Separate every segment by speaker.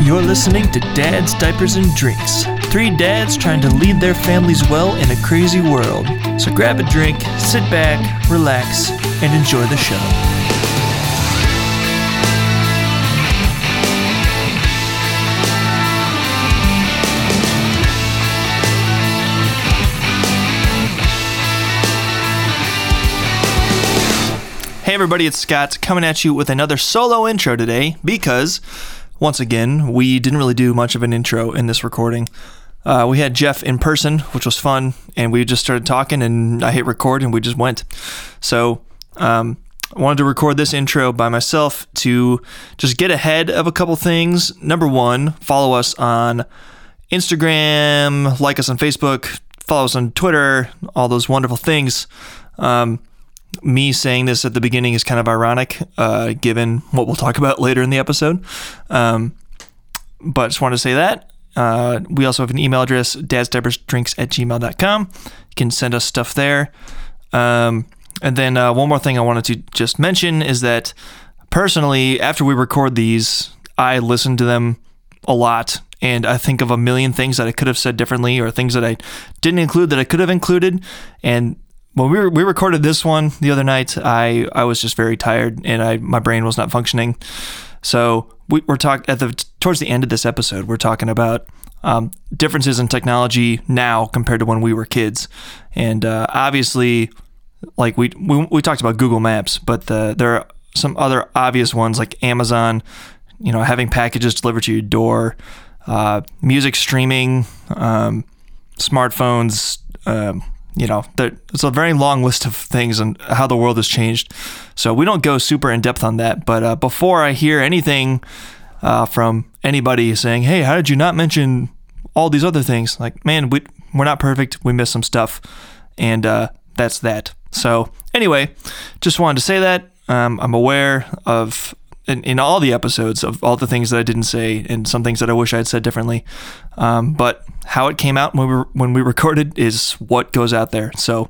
Speaker 1: You're listening to Dads, Diapers, and Drinks. Three dads trying to lead their families well in a crazy world. So grab a drink, sit back, relax, and enjoy the show. Hey, everybody, it's Scott coming at you with another solo intro today because, once again, we didn't really do much of an intro in this recording. Uh, we had Jeff in person, which was fun, and we just started talking, and I hit record, and we just went. So, um, I wanted to record this intro by myself to just get ahead of a couple things. Number one, follow us on Instagram, like us on Facebook, follow us on Twitter, all those wonderful things. Um, me saying this at the beginning is kind of ironic, uh, given what we'll talk about later in the episode. Um, but just wanted to say that. Uh, we also have an email address, dadsdabbersdrinks at gmail.com. You can send us stuff there. Um, and then uh, one more thing I wanted to just mention is that personally, after we record these, I listen to them a lot and I think of a million things that I could have said differently or things that I didn't include that I could have included. And when we, re- we recorded this one the other night, I, I was just very tired and I my brain was not functioning. So we, we're talking at the towards the end of this episode, we're talking about um, differences in technology now compared to when we were kids, and uh, obviously, like we, we we talked about Google Maps, but the, there are some other obvious ones like Amazon, you know, having packages delivered to your door, uh, music streaming, um, smartphones. Um, you know, there, it's a very long list of things and how the world has changed. So we don't go super in depth on that. But uh, before I hear anything uh, from anybody saying, "Hey, how did you not mention all these other things?" Like, man, we we're not perfect. We miss some stuff, and uh, that's that. So anyway, just wanted to say that um, I'm aware of in, in all the episodes of all the things that I didn't say and some things that I wish I had said differently. Um, but how it came out when we were, when we recorded is what goes out there. So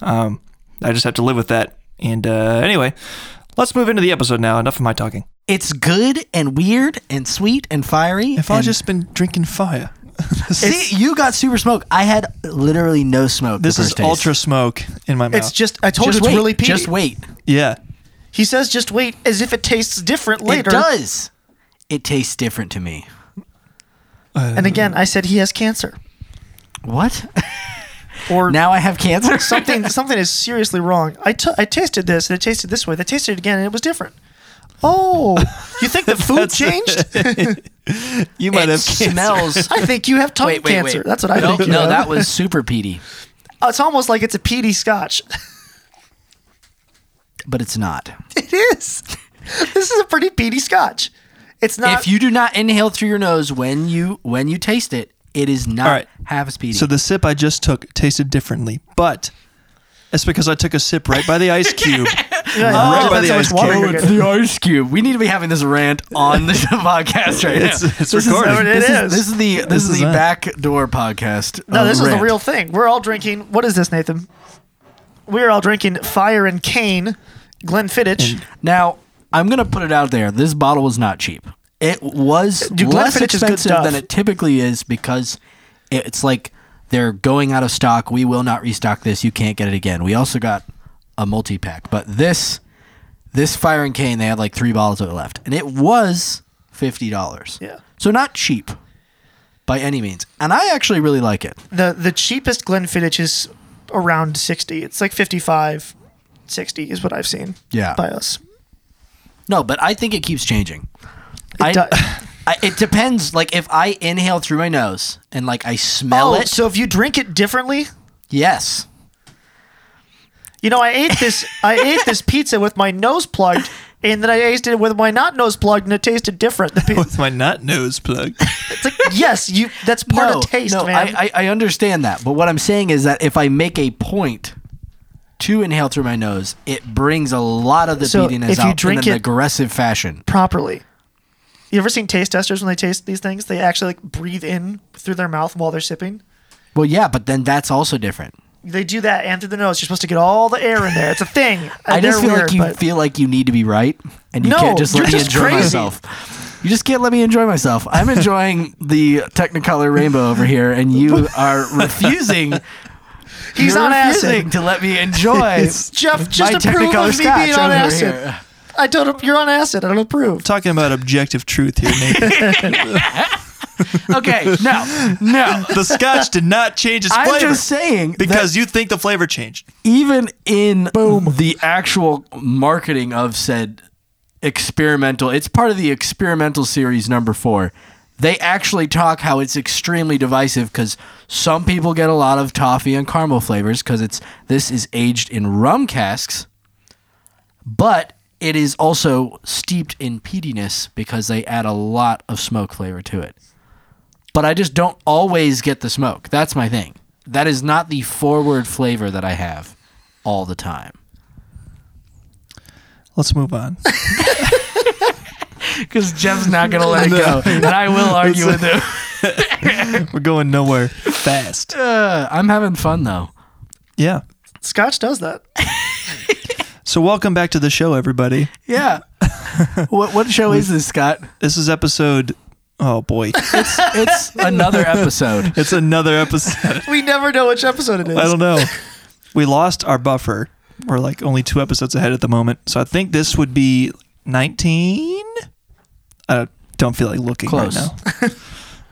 Speaker 1: um, I just have to live with that. And uh, anyway, let's move into the episode now. Enough of my talking.
Speaker 2: It's good and weird and sweet and fiery.
Speaker 1: If I
Speaker 2: and-
Speaker 1: just been drinking fire,
Speaker 2: see, you got super smoke. I had literally no smoke.
Speaker 1: this
Speaker 2: the
Speaker 1: is
Speaker 2: first days.
Speaker 1: ultra smoke in my mouth.
Speaker 3: It's just I told
Speaker 2: Just
Speaker 3: you it's
Speaker 2: wait.
Speaker 3: really peaty.
Speaker 2: Just wait.
Speaker 1: yeah.
Speaker 3: He says just wait as if it tastes different later.
Speaker 2: It does. It tastes different to me.
Speaker 3: And again, I said he has cancer.
Speaker 2: What?
Speaker 3: Or
Speaker 2: now I have cancer.
Speaker 3: something something is seriously wrong. I t- I tasted this and it tasted this way. They tasted it again and it was different. Oh, you think the food changed?
Speaker 1: You might
Speaker 2: it
Speaker 1: have cancer.
Speaker 2: smells.
Speaker 3: I think you have tongue
Speaker 2: wait, wait,
Speaker 3: cancer.
Speaker 2: wait.
Speaker 3: That's what I
Speaker 2: no,
Speaker 3: think. You
Speaker 2: No,
Speaker 3: have.
Speaker 2: that was super peaty,
Speaker 3: it's almost like it's a peaty scotch.
Speaker 2: but it's not.
Speaker 3: it is. This is a pretty peaty scotch. It's not.
Speaker 2: if you do not inhale through your nose when you when you taste it, it is not
Speaker 1: right.
Speaker 2: half as peaty.
Speaker 1: So the sip I just took tasted differently, but it's because I took a sip right by the ice cube.
Speaker 3: Yeah,
Speaker 1: right
Speaker 3: it
Speaker 1: by
Speaker 3: depends
Speaker 1: the
Speaker 3: how
Speaker 1: ice
Speaker 3: much water
Speaker 1: cube.
Speaker 3: you're
Speaker 2: it's
Speaker 3: getting.
Speaker 2: the ice cube. We need to be having this rant on the podcast right
Speaker 1: It's-
Speaker 2: now.
Speaker 1: it's
Speaker 2: this is-
Speaker 1: recorded.
Speaker 3: It
Speaker 2: this
Speaker 3: is.
Speaker 2: This is the this, is,
Speaker 1: is
Speaker 2: the
Speaker 1: it.
Speaker 2: back door podcast.
Speaker 3: No,
Speaker 2: of
Speaker 3: this is the
Speaker 2: rant.
Speaker 3: real thing. We're all drinking. What is this, Nathan? We're all drinking Fire and Cane, Glenfiddich.
Speaker 2: Now I'm gonna put it out there. This bottle was not cheap. It was
Speaker 3: Dude,
Speaker 2: less
Speaker 3: Glenfiddich is good
Speaker 2: expensive
Speaker 3: stuff.
Speaker 2: than it typically is because it- it's like they're going out of stock. We will not restock this. You can't get it again. We also got a multi pack, but this this Fire and Cane they had like three bottles of it left, and it was fifty dollars.
Speaker 3: Yeah.
Speaker 2: so not cheap by any means. And I actually really like it.
Speaker 3: the the cheapest Glenfiddich is around 60. It's like 55, 60 is what I've seen.
Speaker 2: Yeah.
Speaker 3: By us.
Speaker 2: No, but I think it keeps changing. It I,
Speaker 3: do-
Speaker 2: I, it depends. Like if I inhale through my nose and like I smell
Speaker 3: Oh,
Speaker 2: it.
Speaker 3: so if you drink it differently,
Speaker 2: yes.
Speaker 3: you know, I ate this I ate this pizza with my nose plugged and then I ate it with my not nose plugged and it tasted different. The pi-
Speaker 1: with my nut nose plug.
Speaker 3: It's like, yes, you that's part
Speaker 2: no,
Speaker 3: of taste,
Speaker 2: no,
Speaker 3: man.
Speaker 2: I, I I understand that, but what I'm saying is that if I make a point to inhale through my nose, it brings a lot of the
Speaker 3: So
Speaker 2: beatiness
Speaker 3: if you
Speaker 2: out
Speaker 3: drink
Speaker 2: in an
Speaker 3: it-
Speaker 2: aggressive fashion.
Speaker 3: properly. You ever seen taste testers when they taste these things? They actually like breathe in through their mouth while they're sipping.
Speaker 2: Well, yeah, but then that's also different.
Speaker 3: They do that and through the nose. You're supposed to get all the air in there. It's a thing.
Speaker 2: I just
Speaker 3: They're
Speaker 2: feel
Speaker 3: weird,
Speaker 2: like you
Speaker 3: but-
Speaker 2: feel like you need to be right, and you
Speaker 3: No,
Speaker 2: can't just
Speaker 3: you're
Speaker 2: let me
Speaker 3: just
Speaker 2: enjoy
Speaker 3: crazy.
Speaker 2: myself. You just can't let me enjoy myself. I'm enjoying the Technicolor rainbow over here, and you are refusing.
Speaker 3: He's
Speaker 2: you're
Speaker 3: on
Speaker 2: refusing
Speaker 3: acid.
Speaker 2: to let me enjoy.
Speaker 3: Jeff,
Speaker 2: my
Speaker 3: just approve
Speaker 2: Technicolor
Speaker 3: of me
Speaker 2: scotch
Speaker 3: being on
Speaker 2: over
Speaker 3: acid.
Speaker 2: here.
Speaker 3: I don't. You're on acid. I don't approve.
Speaker 1: Talking about objective truth here, Nate.
Speaker 2: Okay, no, no.
Speaker 1: the scotch did not change its
Speaker 2: I'm
Speaker 1: flavor
Speaker 2: just saying that
Speaker 1: because you think the flavor changed.
Speaker 2: even in the actual marketing of said experimental it's part of the experimental series number four they actually talk how it's extremely divisive because some people get a lot of toffee and caramel flavors because it's this is aged in rum casks but it is also steeped in peatiness because they add a lot of smoke flavor to it but I just don't always get the smoke. That's my thing. That is not the forward flavor that I have all the time.
Speaker 1: Let's move on.
Speaker 2: Because Jeff's not gonna let it go, and I will argue with him.
Speaker 1: We're going nowhere fast.
Speaker 2: Uh, I'm having fun though.
Speaker 1: Yeah.
Speaker 3: Scotch does that.
Speaker 1: So welcome back to the show, everybody.
Speaker 2: Yeah. what what show is this, Scott?
Speaker 1: This is episode. Oh boy,
Speaker 2: It's it's another episode.
Speaker 1: it's another episode.
Speaker 3: We never know which episode it is.
Speaker 1: I don't know. We lost our buffer. We're like only two episodes ahead at the moment, so I think this would be nineteen. I don't feel like looking
Speaker 2: Close.
Speaker 1: right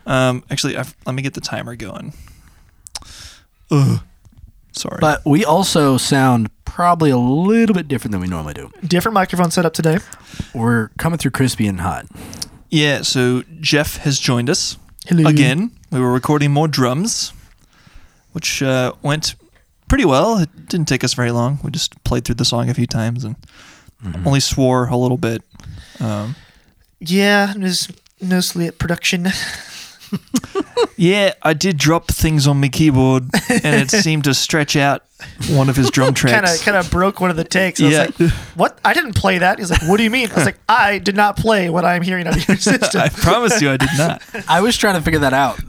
Speaker 1: now. um, actually, I've, let me get the timer going. Ugh. Sorry.
Speaker 2: But we also sound probably a little bit different than we normally do.
Speaker 3: Different microphone setup today.
Speaker 2: We're coming through crispy and hot.
Speaker 1: yeah, so Jeff has joined us
Speaker 3: Hello.
Speaker 1: again. We were recording more drums, which uh, went pretty well. It didn't take us very long. We just played through the song a few times and only swore a little bit. Um,
Speaker 3: Yeah, it was mostly at production.
Speaker 1: Yeah, I did drop things on my keyboard, and it seemed to stretch out one of his drum
Speaker 3: Kind of,
Speaker 1: tracks.
Speaker 3: kind of broke one of the takes. I was
Speaker 1: Yeah.
Speaker 3: like, "What? I didn't play that." He's like, "What do you mean?" I was like, "I did not play what I'm hearing on your system."
Speaker 1: I promise you, I did not.
Speaker 2: I was trying to figure that out.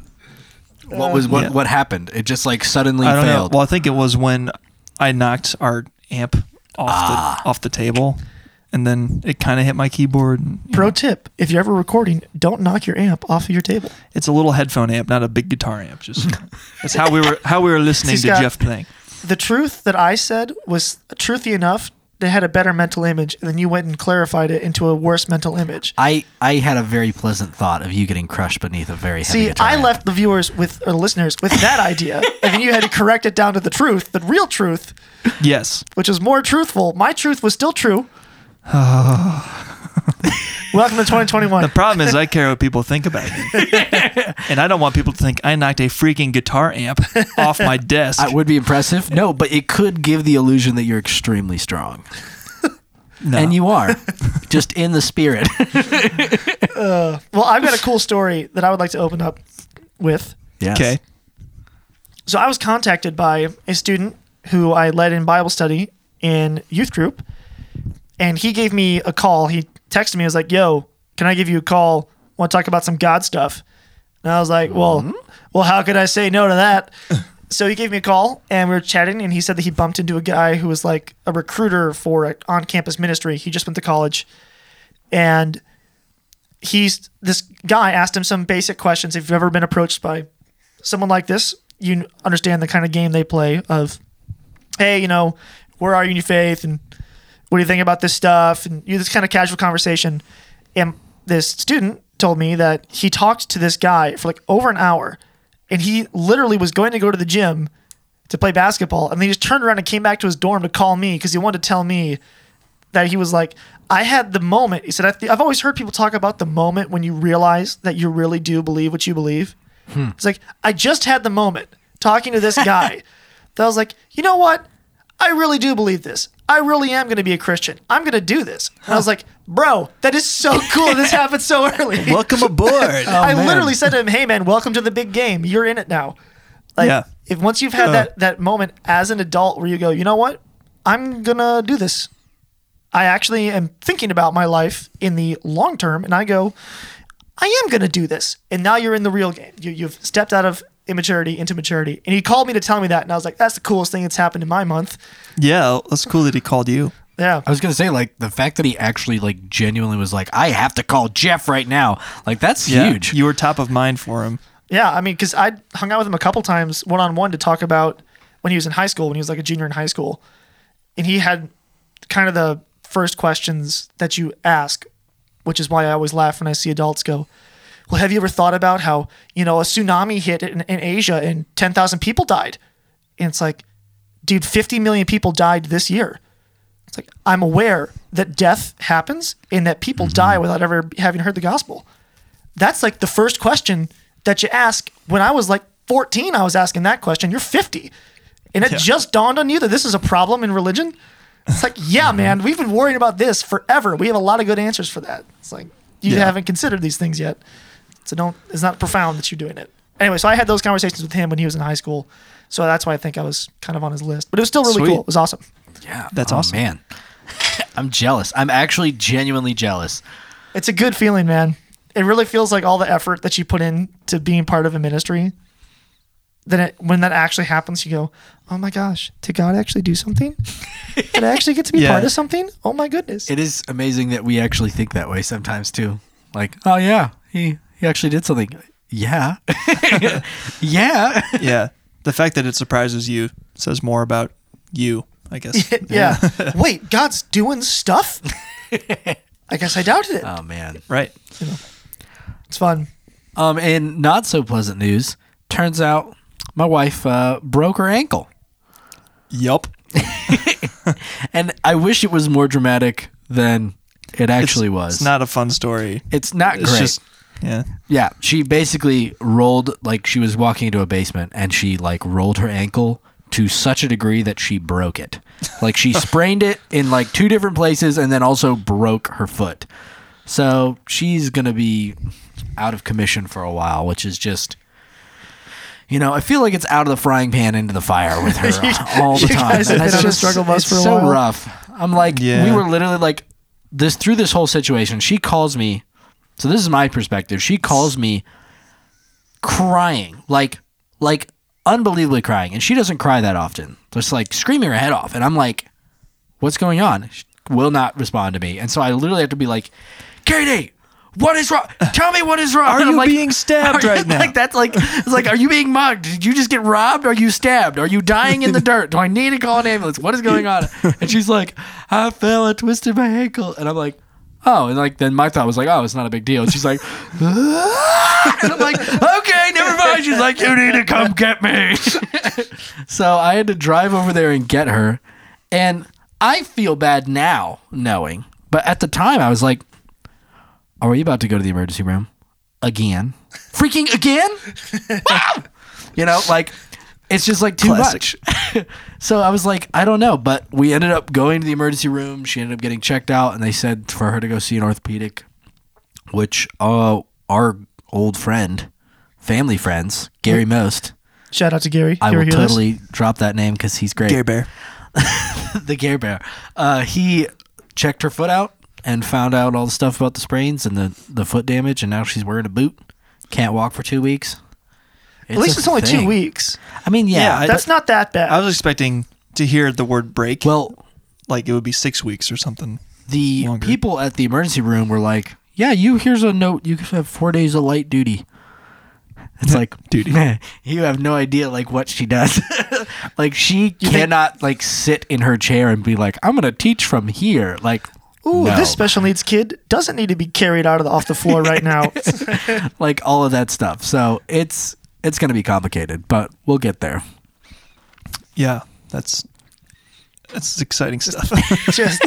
Speaker 2: What was what
Speaker 1: Yeah.
Speaker 2: what happened? It just like suddenly
Speaker 1: I don't know.
Speaker 2: failed.
Speaker 1: Well, I think it was when I knocked our amp off the off the table, and then it kind of hit my keyboard. and, you
Speaker 3: Pro
Speaker 1: know,
Speaker 3: tip: If you're ever recording, don't knock your amp off of your table.
Speaker 1: it's a little headphone amp, not a big guitar amp. Just that's how we were how we were listening
Speaker 3: See,
Speaker 1: to
Speaker 3: Scott-
Speaker 1: Jeff playing.
Speaker 3: The truth that I said was truthy enough. They had a better mental image, and then you went and clarified it into a worse mental image.
Speaker 2: I, I had a very pleasant thought of you getting crushed beneath a very heavy
Speaker 3: See,
Speaker 2: guitar.
Speaker 3: I
Speaker 2: amp.
Speaker 3: left the viewers with or listeners with that idea, and then you had to correct it down to the truth, the real truth,
Speaker 1: Yes,
Speaker 3: which was more truthful. My truth was still true. Welcome to 2021.
Speaker 1: The problem is I care what people think about me, and I don't want people to think I knocked a freaking guitar amp off my desk.
Speaker 2: That would be impressive. No, but it could give the illusion that you're extremely strong,
Speaker 1: No.
Speaker 2: and you are, just in the spirit.
Speaker 3: Well, I've got a cool story that I would like to open up with.
Speaker 2: Yes.
Speaker 1: okay?
Speaker 3: So I was contacted by a student who I led in Bible study in youth group, and he gave me a call. He texted me. He was like, "Yo, can I give you a call? Want to talk about some God stuff?" And I was like, "Well, well, how could I say no to that?" so he gave me a call, and we were chatting, and he said that he bumped into a guy who was like a recruiter for an on-campus ministry. He just went to college, and he's this guy asked him some basic questions. If you've ever been approached by someone like this, you understand the kind of game they play of, hey, you know, where are you in your faith, and what do you think about this stuff, and you this kind of casual conversation. And this student told me that he talked to this guy for like over an hour, and he literally was going to go to the gym to play basketball, and then he just turned around and came back to his dorm to call me because he wanted to tell me that he was like, I had the moment. He said, I th- I've always heard people talk about the moment when you realize that you really do believe what you believe. It's like, I just had the moment talking to this guy that I was like, you know what? I really do believe this. I really am going to be a Christian. I'm going to do this. And I was like, bro, that is so cool. this happened so early.
Speaker 1: Welcome aboard.
Speaker 3: Oh, I
Speaker 2: man.
Speaker 3: literally said to him, "Hey, man, welcome to the big game. You're in it now." Like,
Speaker 1: Yeah.
Speaker 3: if once you've had
Speaker 1: Uh.
Speaker 3: that that moment as an adult where you go, you know what, I'm gonna do this. I actually am thinking about my life in the long term, and I go, I am gonna do this. And now you're in the real game. You, you've stepped out of immaturity into maturity. And he called me to tell me that, and I was like, that's the coolest thing that's happened in my month.
Speaker 1: yeah, that's cool that he called you.
Speaker 3: Yeah.
Speaker 2: I was gonna say like the fact that he actually like genuinely was like, I have to call Jeff right now. Like that's
Speaker 1: Yeah,
Speaker 2: huge.
Speaker 1: You were top of mind for him.
Speaker 3: Yeah, I mean, because I hung out with him a couple times one on one to talk about when he was in high school, when he was like a junior in high school. And he had kind of the first questions that you ask, which is why I always laugh when I see adults go, Well, have you ever thought about how, you know, a tsunami hit in, in Asia and 10,000 people died? And it's like, dude, 50 million people died this year. It's like, I'm aware that death happens and that people
Speaker 1: Mm-hmm.
Speaker 3: die without ever having heard the gospel that's like the first question that you ask. When I was like 14, I was asking that question. You're 50. And it just dawned on you that this is a problem in religion. It's like, yeah,
Speaker 1: Mm-hmm.
Speaker 3: man, we've been worrying about this forever. We have a lot of good answers for that. It's like, you
Speaker 1: Yeah.
Speaker 3: haven't considered these things yet. So don't, it's not profound that you're doing it. Anyway, so I had those conversations with him when he was in high school. So that's why I think I was kind of on his list. But it was still really
Speaker 1: Sweet.
Speaker 3: cool. It was awesome.
Speaker 2: Yeah.
Speaker 1: That's
Speaker 2: oh,
Speaker 1: awesome.
Speaker 2: Man. I'm jealous. I'm actually genuinely jealous.
Speaker 3: It's a good feeling, man. It really feels like all the effort that you put in to being part of a ministry. Then it, when that actually happens, you go, "Oh my gosh, did God actually do something? did I actually get to be
Speaker 1: Yeah.
Speaker 3: part of something? Oh my goodness!"
Speaker 2: It is amazing that we actually think that way sometimes too. Like, oh yeah, he he actually did something. Yeah. yeah.
Speaker 1: Yeah. The fact that it surprises you says more about you, I guess.
Speaker 3: yeah. Wait, God's doing stuff. I guess I doubted it.
Speaker 2: Oh man.
Speaker 1: right.
Speaker 3: It's fun.
Speaker 2: Um and not so pleasant news. Turns out my wife uh, broke her ankle.
Speaker 1: Yup.
Speaker 2: And I wish it was more dramatic than it actually was.
Speaker 1: It's not a fun story.
Speaker 2: It's not
Speaker 1: It's
Speaker 2: great.
Speaker 1: just yeah.
Speaker 2: yeah, she basically rolled like she was walking into a basement, and she like rolled her ankle to such a degree that she broke it. Like she sprained it in like two different places, and then also broke her foot. So she's gonna be out of commission for a while, which is just. You know, I feel like it's out of the frying pan into the fire with her uh, all the
Speaker 3: you
Speaker 2: time.
Speaker 3: guys have
Speaker 2: And
Speaker 3: been
Speaker 2: it's
Speaker 3: on a
Speaker 2: just-
Speaker 3: struggle bus
Speaker 2: it's
Speaker 3: for a
Speaker 2: so
Speaker 3: while.
Speaker 2: rough. I'm like, we
Speaker 1: Yeah.
Speaker 2: were literally like this through this whole situation. She calls me. So this is my perspective. She calls me crying, like like unbelievably crying, and she doesn't cry that often. Just like screaming her head off, and I'm like, "What's going on?" She will not respond to me, and so I literally have to be like, "Katie, what is wrong? Tell me what is wrong."
Speaker 1: Are
Speaker 2: And I'm
Speaker 1: you
Speaker 2: like-
Speaker 1: being stabbed
Speaker 2: Are you-
Speaker 1: right now?
Speaker 2: Like that's like it's like, are you being mugged? Did you just get robbed? Are you stabbed? Are you dying in the dirt? Do I need to call an ambulance? What is going on? And she's like, I fell, I twisted my ankle, and I'm like. Oh, and like then my thought was like, oh, it's not a big deal. And she's like, and I'm like, okay, never mind. She's like, you need to come get me. so I had to drive over there and get her. And I feel bad now knowing. But at the time, I was like, are we about to go to the emergency room again? Freaking again? Wow! You know, like, it's just like too
Speaker 1: Classic.
Speaker 2: much. so I was like, I don't know. But we ended up going to the emergency room. She ended up getting checked out, and they said for her to go see an orthopedic which uh, our old friend, family friends, Gary Most.
Speaker 3: Shout out to Gary.
Speaker 2: I
Speaker 3: Gary
Speaker 2: will
Speaker 3: hear this?
Speaker 2: totally drop that name because he's great.
Speaker 1: Gary Bear.
Speaker 2: the Gare Bear. Uh, he checked her foot out and found out all the stuff about the sprains and the, the foot damage, and now she's wearing a boot. Can't walk for two weeks.
Speaker 3: At least it's only two weeks.
Speaker 2: I mean, yeah.
Speaker 1: Yeah, I-
Speaker 3: That's not that bad.
Speaker 1: I was expecting to hear the word break.
Speaker 2: well,
Speaker 1: like it would be six weeks or something.
Speaker 2: the
Speaker 1: Longer.
Speaker 2: people at the emergency room were like, "Yeah, you here's a note. You have four days of light duty." It's like,
Speaker 1: Duty.
Speaker 2: man, you have no idea like what she does. like she cannot like sit in her chair and be like, "I'm gonna teach from here." Like,
Speaker 3: Ooh,
Speaker 2: no.
Speaker 3: this special needs kid doesn't need to be carried out of the, off the floor right now.
Speaker 2: like all of that stuff. So it's it's gonna be complicated, but we'll get there.
Speaker 1: Yeah, that's that's exciting stuff.
Speaker 3: Just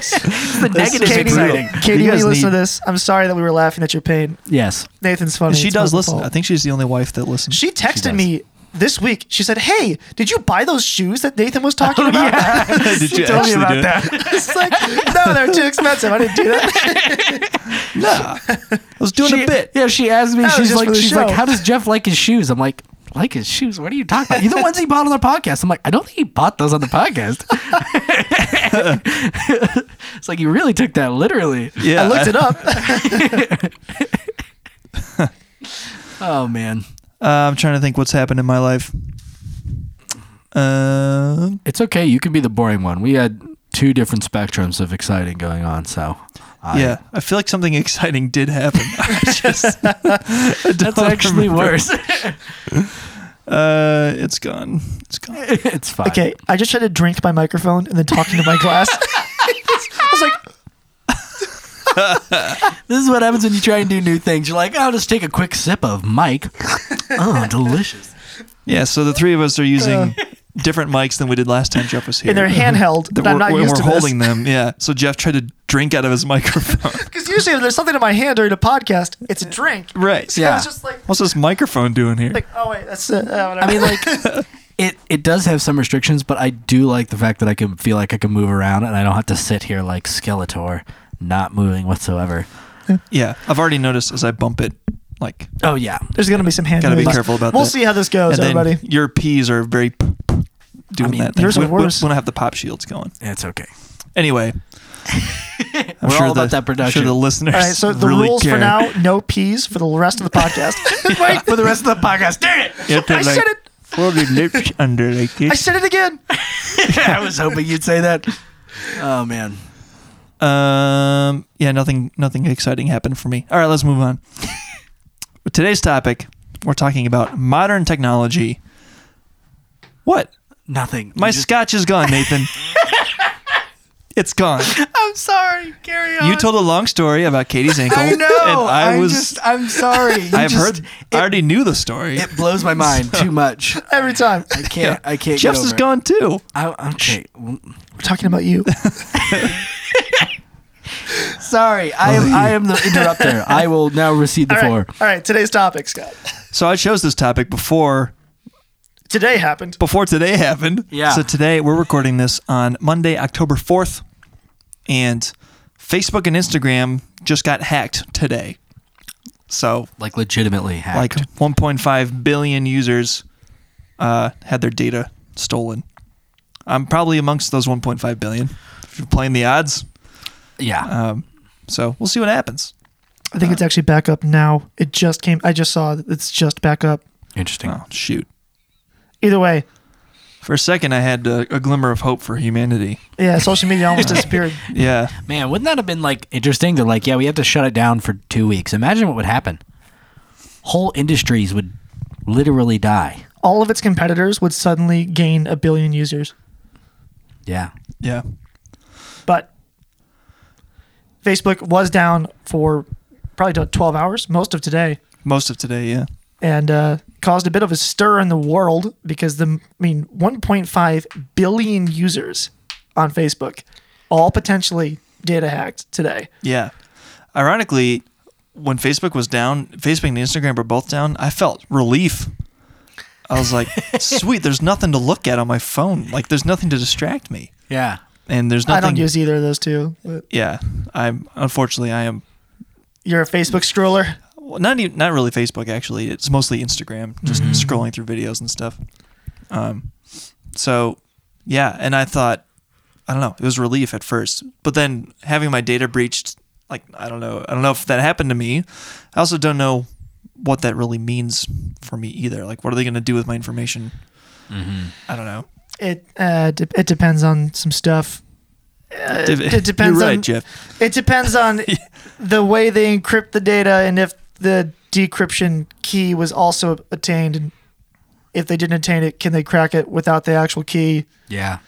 Speaker 2: The negative
Speaker 1: is
Speaker 3: Katie,
Speaker 1: exciting.
Speaker 3: Katie,
Speaker 1: You
Speaker 3: when
Speaker 1: guys
Speaker 3: you listen to
Speaker 1: need-
Speaker 3: this, I'm sorry that we were laughing at your pain.
Speaker 2: Yes,
Speaker 3: Nathan's funny.
Speaker 1: she
Speaker 3: It's not
Speaker 1: does
Speaker 3: my
Speaker 1: listen.
Speaker 3: fault.
Speaker 1: I think she's the only wife that listens.
Speaker 3: She texted
Speaker 2: does.
Speaker 3: me this week. She said, "Hey, did you buy those shoes that Nathan was
Speaker 1: Oh,
Speaker 3: talking about?"
Speaker 1: Did you
Speaker 2: tell me
Speaker 1: actually
Speaker 2: about
Speaker 1: do it?
Speaker 2: that.
Speaker 3: it's like, no, they're too expensive. I didn't do that.
Speaker 1: I was doing
Speaker 2: she,
Speaker 1: a bit.
Speaker 2: Yeah, she asked me.
Speaker 3: was
Speaker 2: She's
Speaker 3: just
Speaker 2: like,
Speaker 3: for the
Speaker 2: she's like,
Speaker 3: show.
Speaker 2: how does Jeff like his shoes? I'm like, like his shoes? What are you talking about? You're the ones he bought on the podcast. I'm like, I don't think he bought those on the podcast. it's like you really took that literally.
Speaker 1: Yeah,
Speaker 3: I looked it up.
Speaker 2: Oh man,
Speaker 1: Uh, I'm trying to think what's happened in my life. Uh, Um,
Speaker 2: it's okay. You can be the boring one. We had two different spectrums of exciting going on. So, I,
Speaker 1: yeah, I feel like something exciting did happen. I just, I
Speaker 2: that's
Speaker 1: don't
Speaker 2: actually
Speaker 1: remember.
Speaker 2: worse.
Speaker 1: Uh, it's gone. It's gone.
Speaker 2: it's fine.
Speaker 3: Okay, I just tried to drink my microphone and then talking to my glass. I was like,
Speaker 2: This is what happens when you try and do new things. You're like, I'll just take a quick sip of Mike. oh, delicious.
Speaker 1: Yeah, so the three of us are using different mics than we did last time Jeff was here.
Speaker 3: and they're handheld,
Speaker 1: That
Speaker 3: but I'm
Speaker 1: we're-
Speaker 3: not
Speaker 1: we're,
Speaker 3: used
Speaker 1: we're
Speaker 3: to
Speaker 1: holding them. Yeah. So Jeff tried to drink out of his microphone.
Speaker 3: Because usually if there's something in my hand during a podcast, it's a drink.
Speaker 1: right.
Speaker 3: So I
Speaker 2: Yeah.
Speaker 3: was just like,
Speaker 1: What's this microphone doing here?
Speaker 3: like oh wait, that's it. Uh,
Speaker 2: I
Speaker 3: I
Speaker 2: mean,
Speaker 3: mean,
Speaker 2: like, it, it does have some restrictions, but I do like the fact that I can feel like I can move around and I don't have to sit here like Skeletor, not moving whatsoever.
Speaker 1: yeah. I've already noticed as I bump it, like,
Speaker 2: Oh, yeah.
Speaker 3: there's gonna be some hand.
Speaker 1: Gotta be
Speaker 3: movements.
Speaker 1: careful about
Speaker 3: We'll
Speaker 1: that.
Speaker 3: see how this goes,
Speaker 1: and then
Speaker 3: everybody.
Speaker 1: your P's are very p- p- doing
Speaker 2: I mean,
Speaker 1: that.
Speaker 3: yours
Speaker 1: we,
Speaker 3: are worse.
Speaker 1: We, we don't have the pop shields going.
Speaker 2: It's okay.
Speaker 1: Anyway. I'm
Speaker 2: We're
Speaker 1: sure
Speaker 2: all about
Speaker 1: the-
Speaker 2: that
Speaker 1: I'm sure
Speaker 2: production.
Speaker 1: the listeners.
Speaker 3: All right, so the
Speaker 1: really
Speaker 3: rules
Speaker 1: care.
Speaker 3: for now: no peas for the rest of the podcast. Wait,
Speaker 2: For the rest of the podcast, dang it!
Speaker 1: You have to,
Speaker 3: I said it.
Speaker 1: Fold your lips under like
Speaker 3: I
Speaker 1: this.
Speaker 3: said it again.
Speaker 2: I was hoping you'd say that. Oh, man.
Speaker 1: Um. Yeah. Nothing. Nothing exciting happened for me. All right. Let's move on. With today's topic, we're talking about modern technology. What?
Speaker 2: Nothing.
Speaker 1: My
Speaker 2: You just-
Speaker 1: scotch is gone, Nathan. it's gone.
Speaker 2: I'm sorry. Carry on.
Speaker 1: You told a long story about Katie's ankle.
Speaker 2: I know.
Speaker 1: And I
Speaker 2: I'm
Speaker 1: was.
Speaker 2: Just, I'm sorry. You
Speaker 1: I've
Speaker 2: just-
Speaker 1: heard. I already knew the story.
Speaker 2: It blows my mind too much.
Speaker 3: Every time
Speaker 2: I can't. I can't.
Speaker 1: Jeff's
Speaker 2: get
Speaker 1: is
Speaker 2: over it.
Speaker 1: gone too.
Speaker 2: I, okay. well,
Speaker 3: we're talking about you.
Speaker 2: Sorry. I
Speaker 1: Oh,
Speaker 2: am. I am the interrupter. I will now recede the
Speaker 3: All
Speaker 2: floor.
Speaker 3: right, all right. Today's topic, Scott.
Speaker 1: So I chose this topic before
Speaker 3: Today happened.
Speaker 1: before today happened.
Speaker 2: Yeah.
Speaker 1: So today we're recording this on Monday, October 4th, and Facebook and Instagram just got hacked today. So
Speaker 2: Like legitimately
Speaker 1: like
Speaker 2: hacked.
Speaker 1: 1.5 billion users uh, had their data stolen. I'm probably amongst those 1.5 billion. If you're playing the odds,
Speaker 2: yeah.
Speaker 1: um, so we'll see what happens.
Speaker 3: I think it's actually back up now. It just came. I just saw that it's just back up.
Speaker 2: Interesting.
Speaker 1: Oh shoot!
Speaker 3: Either way,
Speaker 1: For a second, I had a, a glimmer of hope for humanity.
Speaker 3: yeah, social media almost disappeared.
Speaker 1: Yeah,
Speaker 2: Man, wouldn't that have been like interesting? They're like, yeah, we have to shut it down for two weeks. Imagine what would happen. Whole industries would literally die.
Speaker 3: All of its competitors would suddenly gain a billion users,
Speaker 2: Yeah.
Speaker 1: yeah.
Speaker 3: but Facebook was down for probably about 12 hours most of today.
Speaker 1: Most of today, yeah.
Speaker 3: and uh, caused a bit of a stir in the world because the I mean 1.5 billion users on Facebook, all potentially data hacked today.
Speaker 1: Yeah. Ironically, when Facebook was down, Facebook and Instagram were both down. I felt relief. I was like, sweet, there's nothing to look at on my phone. Like, there's nothing to distract me.
Speaker 2: Yeah.
Speaker 1: And there's
Speaker 3: I
Speaker 1: nothing.
Speaker 3: don't use either of those two. but
Speaker 1: yeah. I'm, unfortunately, I am
Speaker 3: You're a Facebook scroller.
Speaker 1: well, not even, not really Facebook, actually. It's mostly Instagram, just scrolling through videos and stuff. Um, so, yeah. And I thought, I don't know, it was relief at first. But then having my data breached, like, I don't know. I don't know if that happened to me. I also don't know what that really means for me either. Like, what are they going to do with my information? I don't know.
Speaker 3: It uh, de- it depends on some stuff. Uh, it depends.
Speaker 1: You're right,
Speaker 3: on,
Speaker 1: Jeff.
Speaker 3: It depends on the way they encrypt the data and if the decryption key was also attained. And if they didn't attain it, can they crack it without the actual key?
Speaker 2: Yeah.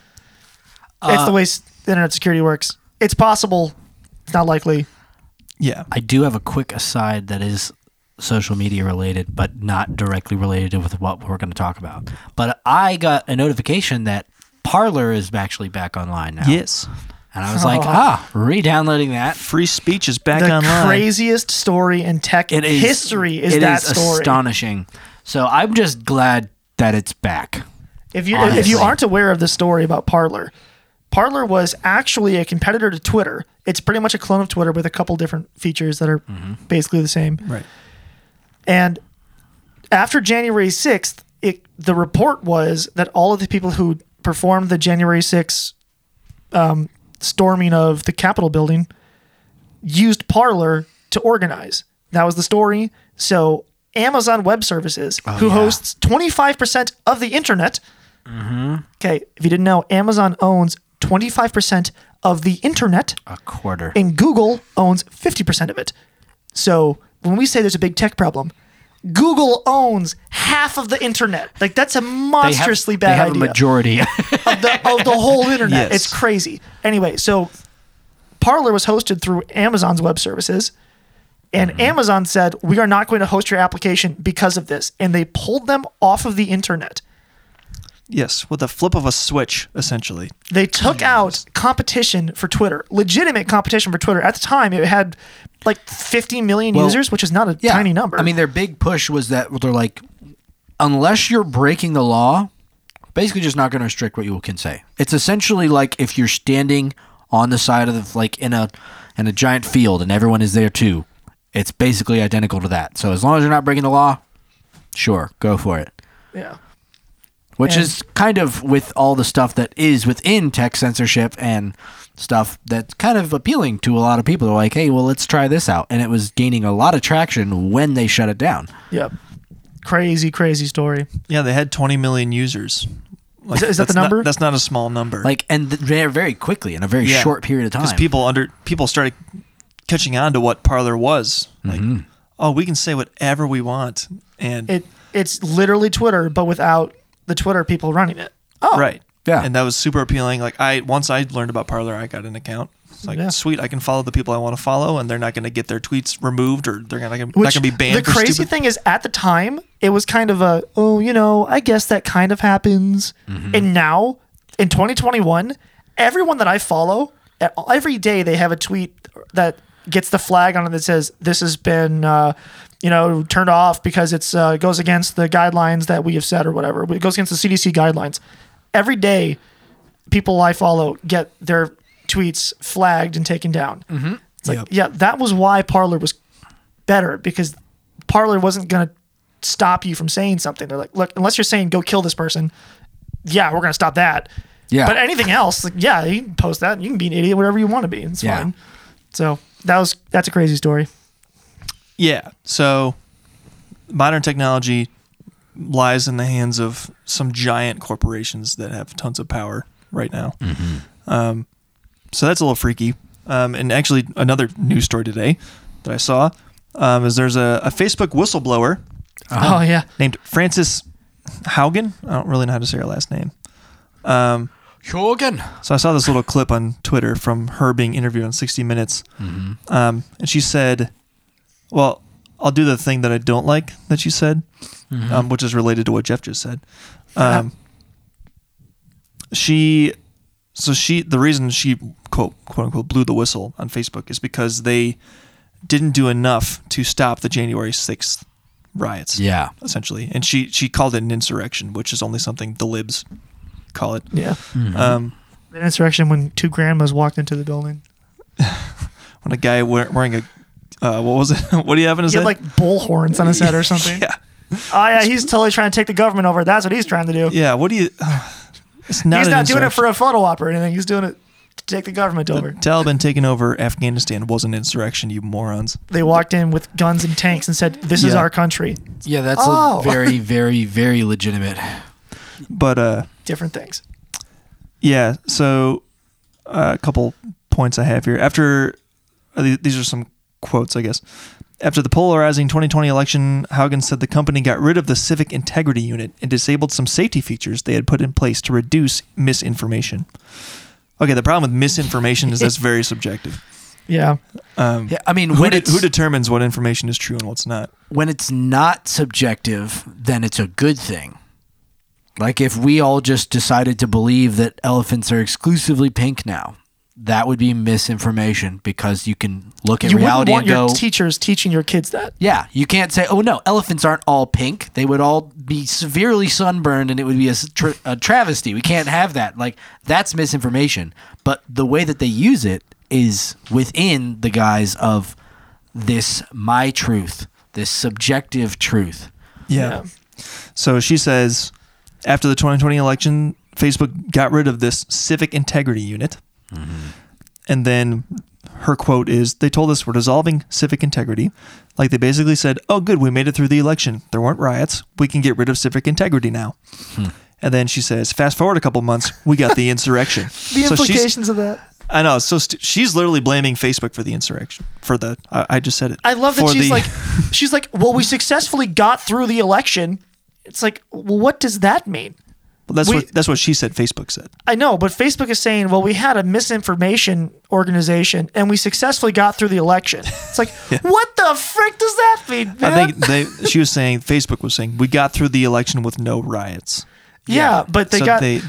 Speaker 3: it's
Speaker 2: Uh,
Speaker 3: the way s- internet security works. It's possible. It's not likely.
Speaker 1: Yeah.
Speaker 2: I do have a quick aside that is social media related, but not directly related with what we're going to talk about. But I got a notification that Parlor is actually back online now.
Speaker 1: Yes.
Speaker 2: And I was like, ah, re-downloading that.
Speaker 1: Free speech is back
Speaker 3: the
Speaker 1: online.
Speaker 3: craziest story in tech
Speaker 2: It is
Speaker 3: history is
Speaker 2: it
Speaker 3: that
Speaker 2: is
Speaker 3: story.
Speaker 2: astonishing. So I'm just glad that it's back.
Speaker 3: if you if
Speaker 2: Honestly.
Speaker 3: you aren't aware of the story about Parler, Parler was actually a competitor to Twitter. It's pretty much a clone of Twitter with a couple different features that are
Speaker 2: Mm-hmm.
Speaker 3: basically the same.
Speaker 1: Right.
Speaker 3: And after January 6th, it, the report was that all of the people who performed the January 6th um, storming of the Capitol building used Parler to organize. That was the story. So Amazon Web Services, who
Speaker 2: Oh, yeah. Mm-hmm.
Speaker 3: hosts 25% of the internet. Okay, if you didn't know, Amazon owns 25% of the internet,
Speaker 2: A quarter.
Speaker 3: and Google owns 50% of it. So when we say there's a big tech problem, Google owns half of the internet. Like that's a
Speaker 2: They have,
Speaker 3: monstrously
Speaker 2: they
Speaker 3: bad
Speaker 2: have
Speaker 3: idea
Speaker 2: a majority.
Speaker 3: of the, of the whole internet.
Speaker 1: Yes.
Speaker 3: It's crazy. Anyway, so Parler was hosted through Amazon's web services, and
Speaker 2: Mm-hmm.
Speaker 3: Amazon said, We are not going to host your application because of this. And they pulled them off of the internet.
Speaker 1: Yes, with the flip of a switch, essentially.
Speaker 3: They took out competition for Twitter, legitimate competition for Twitter. At the time, it had like 50 million
Speaker 2: Well,
Speaker 3: users, which is not a
Speaker 2: Yeah.
Speaker 3: tiny number.
Speaker 2: I mean, their big push was that they're like, unless you're breaking the law, basically just not going to restrict what you can say. It's essentially like if you're standing on the side of the, like in a in a giant field and everyone is there too. It's basically identical to that. So as long as you're not breaking the law, sure, go for it.
Speaker 3: yeah.
Speaker 2: Which
Speaker 3: And-
Speaker 2: is kind of with all the stuff that is within tech censorship and stuff that's kind of appealing to a lot of people. They're like, hey, well, let's try this out. And it was gaining a lot of traction when they shut it down.
Speaker 3: Yep. Crazy, crazy story.
Speaker 1: Yeah, they had 20 million users. Like,
Speaker 3: Is that- is that the
Speaker 1: that's not-
Speaker 3: number?
Speaker 1: that's not a small number.
Speaker 2: like and th- very very quickly in a very
Speaker 1: Yeah.
Speaker 2: short period of
Speaker 1: because
Speaker 2: time.
Speaker 1: people under people started catching on to what parlor was like
Speaker 2: Mm-hmm.
Speaker 1: oh we can say whatever we want and
Speaker 3: It It's literally Twitter, but without the Twitter people running it.
Speaker 2: oh,
Speaker 1: right
Speaker 2: yeah.
Speaker 1: and that was super appealing like i once i learned about parlor i got an account it's like
Speaker 3: Yeah.
Speaker 1: sweet i can follow the people i want to follow and they're not going to get their tweets removed or they're not going
Speaker 3: Which
Speaker 1: to be banned
Speaker 3: The
Speaker 1: for
Speaker 3: crazy
Speaker 1: stupid-
Speaker 3: thing is, at the time, it was kind of a oh, you know, I guess that kind of happens.
Speaker 1: Mm-hmm.
Speaker 3: And now, in 2021, everyone that I follow, at- every day they have a tweet that gets the flag on it that says this has been, uh, you know, turned off because it's uh, goes against the guidelines that we have set or whatever. It goes against the CDC guidelines. Every day, people I follow get their tweets flagged and taken down. Mm-hmm. It's like,
Speaker 2: Yep.
Speaker 3: yeah, that was why Parler was better because Parler wasn't going to stop you from saying something. They're like, look, unless you're saying go kill this person, yeah, we're going to stop that.
Speaker 2: Yeah.
Speaker 3: But anything else, like, yeah, you can post that. You can be an idiot, whatever you want to be. It's
Speaker 2: Yeah.
Speaker 3: fine. So that was that's a crazy story.
Speaker 1: yeah so modern technology lies in the hands of some giant corporations that have tons of power right now Um, so that's a little freaky. Um, and actually, another news story today that I saw um, is there's a, a Facebook whistleblower
Speaker 2: Uh-huh.
Speaker 3: Oh yeah,
Speaker 1: named Francis Haugen. I don't really know how to say her last name.
Speaker 2: Jorgen.
Speaker 1: So I saw this little clip on Twitter from her being interviewed on 60 Minutes. Um, and she said, Well, I'll do the thing that I don't like that she said, um, which is related to what Jeff just said. Um, she, so she, the reason she, quote, quote unquote, blew the whistle on Facebook is because they didn't do enough to stop the January 6th riots
Speaker 2: Yeah.
Speaker 1: essentially. And she she called it an insurrection, which is only something the libs call it.
Speaker 3: yeah.
Speaker 1: Um,
Speaker 3: The insurrection when two grandmas walked into the building.
Speaker 1: when a guy wear, wearing a uh, what was it? what do you have in his
Speaker 3: He had
Speaker 1: head?
Speaker 3: like bull horns on his head or something.
Speaker 1: yeah,
Speaker 3: Oh yeah, he's totally trying to take the government over. That's what he's trying to do.
Speaker 1: yeah. What do you? it's not
Speaker 3: he's
Speaker 1: an
Speaker 3: not doing it
Speaker 1: insurrection.
Speaker 3: for a photo op or anything. He's doing it to take the government over.
Speaker 1: Taliban taking over Afghanistan was an insurrection, you morons.
Speaker 3: They walked in with guns and tanks and said, "This is
Speaker 1: Yeah.
Speaker 3: our country."
Speaker 2: Yeah, that's
Speaker 3: Oh.
Speaker 2: a very very very legitimate.
Speaker 1: But uh,
Speaker 3: Different things.
Speaker 1: yeah. So uh, a couple points I have here. After uh, th- these are some quotes, I guess. After the polarizing 2020 election, Haugen said the company got rid of the civic integrity unit and disabled some safety features they had put in place to reduce misinformation. Okay, the problem with misinformation is that's very subjective.
Speaker 3: Yeah.
Speaker 1: Um,
Speaker 2: Yeah, I mean
Speaker 1: who,
Speaker 2: when
Speaker 1: de-
Speaker 2: it's
Speaker 1: who determines what information is true and what's not?
Speaker 2: when it's not subjective, then it's a good thing. Like if we all just decided to believe that elephants are exclusively pink now, that would be misinformation because you can look at
Speaker 3: You wouldn't
Speaker 2: reality
Speaker 3: want
Speaker 2: and
Speaker 3: your
Speaker 2: go,
Speaker 3: teachers teaching your kids that.
Speaker 2: Yeah, you can't say, "Oh no, elephants aren't all pink." They would all be severely sunburned, and it would be a, s- tra- a travesty. We can't have that. Like that's misinformation. But the way that they use it is within the guise of this my truth, this subjective truth.
Speaker 1: yeah. So she says, after the 2020 election, Facebook got rid of this civic integrity unit. And then her quote is, they told us we're dissolving civic integrity. Like they basically said, oh, good, we made it through the election. There weren't riots. We can get rid of civic integrity now. And then she says, fast forward a couple months, we got the insurrection.
Speaker 3: The
Speaker 1: So she's-
Speaker 3: implications of that.
Speaker 1: I know. So st- she's literally blaming Facebook for the insurrection. For the, I, I just said it.
Speaker 3: I love that
Speaker 1: For
Speaker 3: she's
Speaker 1: the-
Speaker 3: like, she's like, well, we successfully got through the election. It's like, well, what does that mean?
Speaker 1: Well, that's
Speaker 3: we-
Speaker 1: what that's what she said. Facebook said.
Speaker 3: I know, but Facebook is saying, well, we had a misinformation organization and we successfully got through the election. It's like, what the frick does that mean, man?
Speaker 1: I think they. She was saying Facebook was saying we got through the election with no riots.
Speaker 3: yeah, but they
Speaker 1: So
Speaker 3: got.
Speaker 1: they-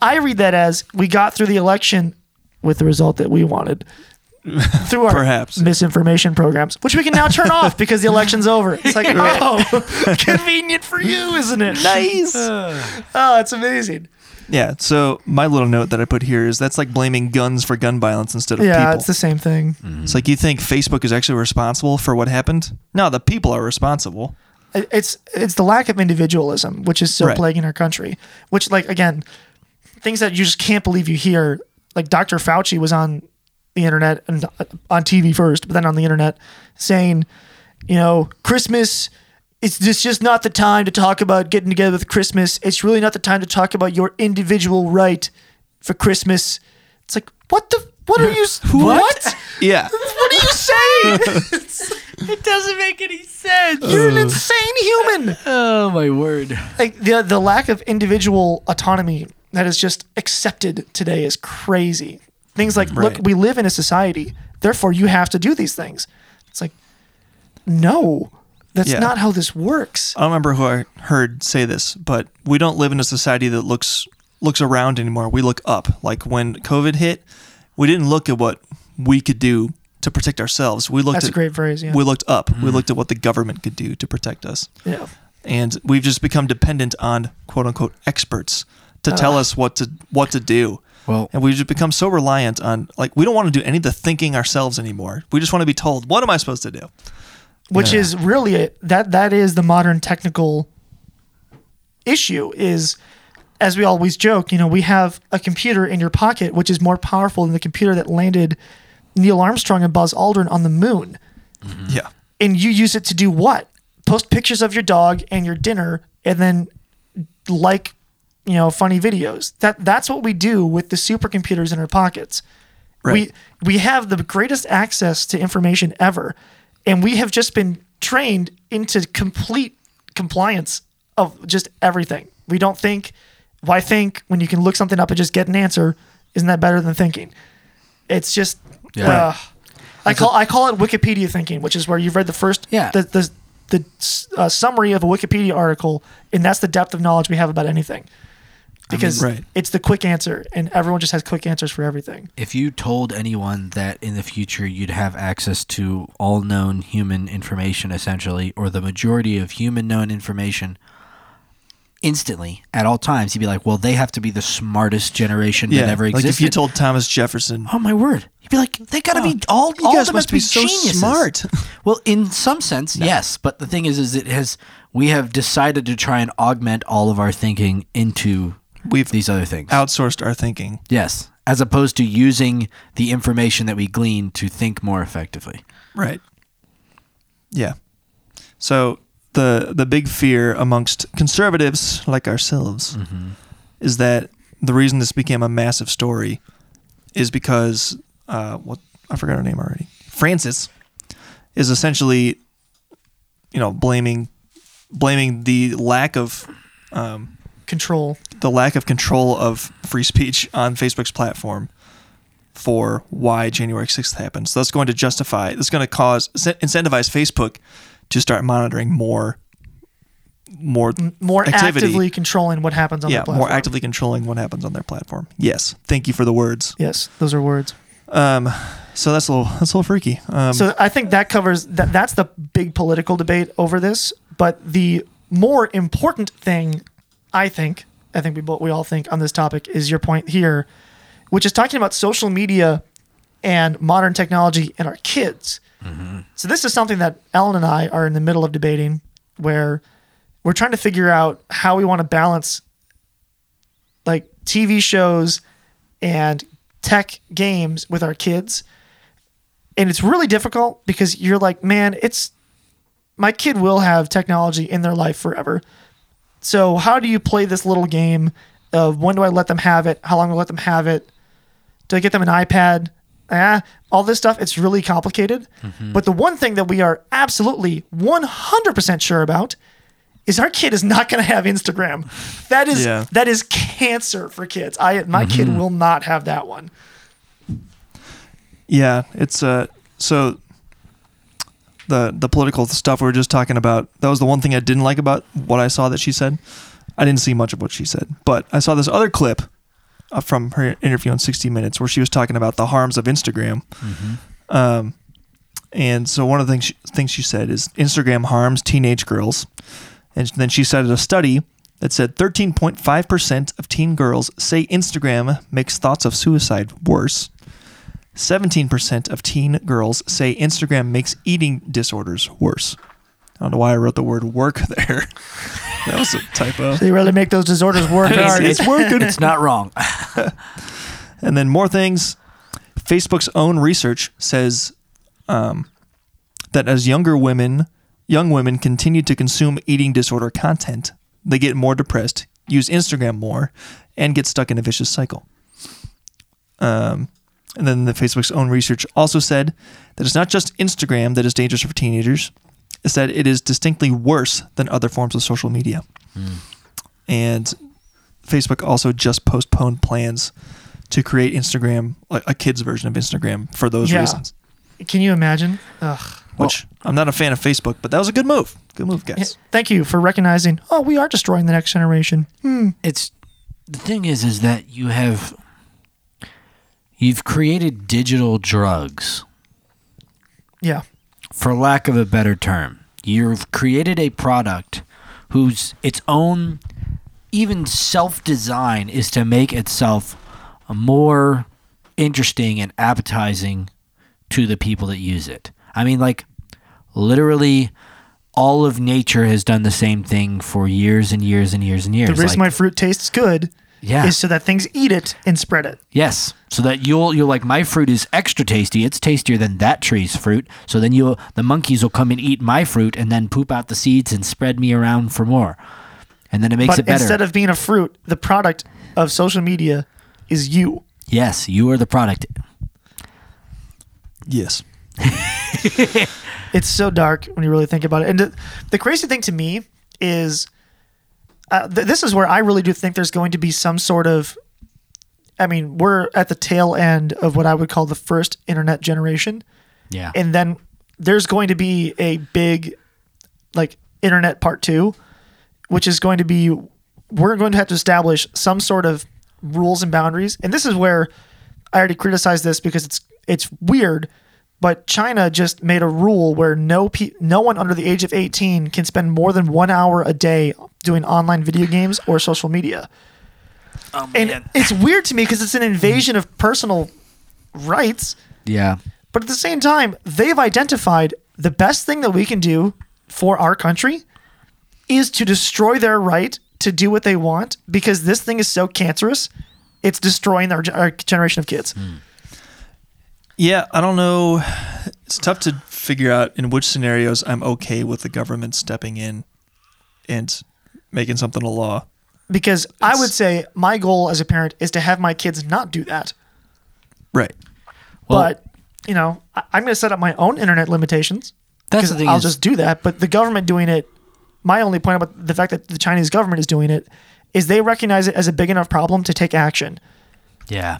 Speaker 3: I read that as we got through the election with the result that we wanted through our
Speaker 1: Perhaps.
Speaker 3: misinformation programs, which we can now turn off because the election's over. It's like, oh, convenient for you, isn't it? Nice. oh, it's amazing.
Speaker 1: Yeah. So my little note that I put here is that's like blaming guns for gun violence instead of
Speaker 3: Yeah,
Speaker 1: people.
Speaker 3: it's the same thing.
Speaker 1: It's like you think Facebook is actually responsible for what happened. No, the people are responsible.
Speaker 3: It- it's it's the lack of individualism which is so
Speaker 1: Right.
Speaker 3: plaguing our country which like again things that you just can't believe you hear like dr fauci was on the internet and uh, on tv first but then on the internet saying you know christmas it's just, just not the time to talk about getting together with christmas it's really not the time to talk about your individual right for christmas it's like what the what are you what
Speaker 1: Yeah.
Speaker 3: what are you saying
Speaker 2: It doesn't make any sense.
Speaker 3: you're an insane human
Speaker 2: Oh my word.
Speaker 3: like the the lack of individual autonomy that is just accepted today is crazy. Things like,
Speaker 1: Right.
Speaker 3: look, we live in a society, therefore you have to do these things. It's like, no, that's
Speaker 1: Yeah. Uh,
Speaker 3: not how this works.
Speaker 1: I don't remember who I heard say this, but we don't live in a society that looks looks around anymore. We look up. Like when COVID hit, we didn't look at what we could do to protect ourselves. We looked
Speaker 3: That's
Speaker 1: at
Speaker 3: a great phrase. Yeah,
Speaker 1: we looked up. We
Speaker 2: Mm.
Speaker 1: looked at what the government could do to protect us.
Speaker 3: yeah.
Speaker 1: And we've just become dependent on quote unquote experts to tell us what to what to do.
Speaker 2: Well-
Speaker 1: and we've just become so reliant on like we don't want to do any of the thinking ourselves anymore. We just want to be told, what am I supposed to do?
Speaker 3: which is really a, that that is the modern technical issue is as we always joke you know we have a computer in your pocket which is more powerful than the computer that landed neil armstrong and buzz aldrin on the moon
Speaker 2: Mm.
Speaker 1: Yeah.
Speaker 3: and you use it to do what post pictures of your dog and your dinner and then like you know funny videos that that's what we do with the supercomputers in our pockets
Speaker 1: Right.
Speaker 3: we we have the greatest access to information ever, and we have just been trained into complete compliance of just everything. We don't think. Why think when you can look something up and just get an answer? Isn't that better than thinking? It's just.
Speaker 2: Yeah.
Speaker 3: uh, I call I call it Wikipedia thinking, which is where you've read the first
Speaker 2: Yeah.
Speaker 3: the the, the uh, summary of a Wikipedia article, and that's the depth of knowledge we have about anything. Because
Speaker 1: right.
Speaker 3: it's the quick answer, and everyone just has quick answers for everything.
Speaker 2: If you told anyone that in the future you'd have access to all known human information, essentially, or the majority of human known information instantly at all times, you'd be like, well, they have to be the smartest generation
Speaker 1: Yeah.
Speaker 2: that ever
Speaker 1: like
Speaker 2: existed.
Speaker 1: if you told Thomas Jefferson,
Speaker 2: Oh my word! You'd be like, they gotta be all.
Speaker 1: you
Speaker 2: all
Speaker 1: guys
Speaker 2: of them
Speaker 1: must
Speaker 2: have to be,
Speaker 1: be so
Speaker 2: geniuses.
Speaker 1: smart.
Speaker 2: Well, in some sense, yes. But the thing is, is it has we have decided to try and augment all of our thinking into
Speaker 1: We've
Speaker 2: these other things.
Speaker 1: outsourced our thinking.
Speaker 2: yes, as opposed to using the information that we glean to think more effectively.
Speaker 1: Right. Yeah. So the the big fear amongst conservatives like ourselves is that the reason this became a massive story is because uh, what I forgot her name already. Francis is essentially, you know, blaming blaming the lack of
Speaker 3: Control.
Speaker 1: the lack of control of free speech on Facebook's platform for why January 6th happened. So that's going to justify, that's going to cause, incentivize Facebook to start monitoring more, more,
Speaker 3: more
Speaker 1: activity.
Speaker 3: actively controlling what happens Mm, on
Speaker 1: yeah,
Speaker 3: the platform.
Speaker 1: more actively controlling what happens on their platform. Yes. Thank you for the words.
Speaker 3: Yes, those are words.
Speaker 1: Um, so that's a little, that's a little freaky. Um,
Speaker 3: So I think that covers that. That's the big political debate over this. But the more important thing, I think, I think we both, we all think on this topic is your point here, which is talking about social media and modern technology and our kids. So this is something that Ellen and I are in the middle of debating, where we're trying to figure out how we want to balance like TV shows and tech games with our kids. And it's really difficult because you're like, man, it's my kid will have technology in their life forever. So how do you play this little game of when do I let them have it? How long do I let them have it? Do I get them an iPad? Ah, all this stuff. It's really complicated.
Speaker 1: Mm-hmm.
Speaker 3: But the one thing that we are absolutely 100% sure about is our kid is not going to have Instagram. That is
Speaker 1: Yeah. Mm-hmm.
Speaker 3: that is cancer for kids. I my kid will not have that one.
Speaker 1: Yeah, it's uh so the the political stuff we were just talking about. That was the one thing I didn't like about what I saw that she said. I didn't see much of what she said, but I saw this other clip uh, from her interview on 60 Minutes where she was talking about the harms of Instagram. Um, and so one of the things she, things she said is Instagram harms teenage girls. And then she cited a study that said 13.5% of teen girls say Instagram makes thoughts of suicide worse. 17% of teen girls say Instagram makes eating disorders worse. I don't know why I wrote the word work there. that was a typo.
Speaker 3: They really make those disorders work hard.
Speaker 1: It's working.
Speaker 2: It's not wrong.
Speaker 1: And then more things. Facebook's own research says um, that as younger women, young women continue to consume eating disorder content, they get more depressed, use Instagram more, and get stuck in a vicious cycle. Um, and then the Facebook's own research also said that it's not just Instagram that is dangerous for teenagers; it's that it is distinctly worse than other forms of social media. And Facebook also just postponed plans to create Instagram, like a kids version of Instagram, for those
Speaker 3: Yeah.
Speaker 1: reasons.
Speaker 3: Can you imagine? Ugh.
Speaker 1: Which I'm not a fan of Facebook, but that was a good move. Good move, guys.
Speaker 3: Thank you for recognizing. Oh, we are destroying the next generation.
Speaker 2: it's the thing is is that you have you've created digital drugs
Speaker 3: Yeah.
Speaker 2: for lack of a better term you've created a product whose its own even self-design is to make itself more interesting and appetizing to the people that use it i mean like literally all of nature has done the same thing for years and years and years and years
Speaker 3: The reason
Speaker 2: Like-
Speaker 3: my fruit tastes good
Speaker 2: Yeah.
Speaker 3: is so that things eat it and spread it.
Speaker 2: Yes. So that you'll you'll like my fruit is extra tasty. It's tastier than that tree's fruit. So then you'll the monkeys will come and eat my fruit and then poop out the seeds and spread me around for more. And then it makes
Speaker 3: But
Speaker 2: it better.
Speaker 3: instead of being a fruit, the product of social media is you.
Speaker 2: yes, you are the product.
Speaker 1: Yes.
Speaker 3: It's so dark when you really think about it. And the, the crazy thing to me is uh, th- this is where I really do think there's going to be some sort of. I mean, we're at the tail end of what I would call the first internet generation.
Speaker 2: Yeah.
Speaker 3: and then there's going to be a big like internet part two which is going to be we're going to have to establish some sort of rules and boundaries and this is where i already criticized this because it's it's weird but china just made a rule where no pe- no one under the age of 18 can spend more than 1 hour a day doing online video games or social media and it's weird to me because it's an invasion of personal rights
Speaker 2: yeah.
Speaker 3: but at the same time, they've identified the best thing that we can do for our country is to destroy their right to do what they want because this thing is so cancerous. It's destroying our, our generation of kids.
Speaker 2: Hmm.
Speaker 1: Yeah, I don't know. It's tough to figure out in which scenarios I'm okay with the government stepping in and making something a law.
Speaker 3: Because I would say my goal as a parent is to have my kids not do that.
Speaker 1: Right.
Speaker 2: Well-
Speaker 3: but, you know, I, I'm going to set up my own internet limitations.
Speaker 2: That's
Speaker 3: 'cause
Speaker 2: the thing
Speaker 3: I'll
Speaker 2: is-
Speaker 3: just do that. But the government doing it, my only point about the fact that the Chinese government is doing it is they recognize it as a big enough problem to take action.
Speaker 2: Yeah.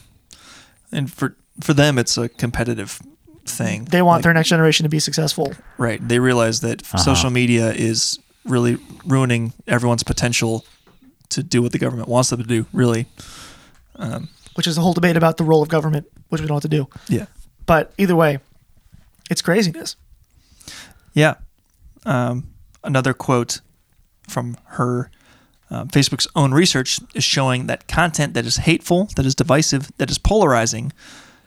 Speaker 1: And for for them, it's a competitive thing.
Speaker 3: they want
Speaker 1: Like,
Speaker 3: their next generation to be successful.
Speaker 1: right. They realize that social media is really ruining everyone's potential to do what the government wants them to do. Really.
Speaker 3: Which is a whole debate about the role of government, which we don't have to do.
Speaker 1: Yeah.
Speaker 3: But either way, it's craziness.
Speaker 1: Yeah. Um, another quote from her um, Facebook's own research is showing that content that is hateful, that is divisive, that is polarizing,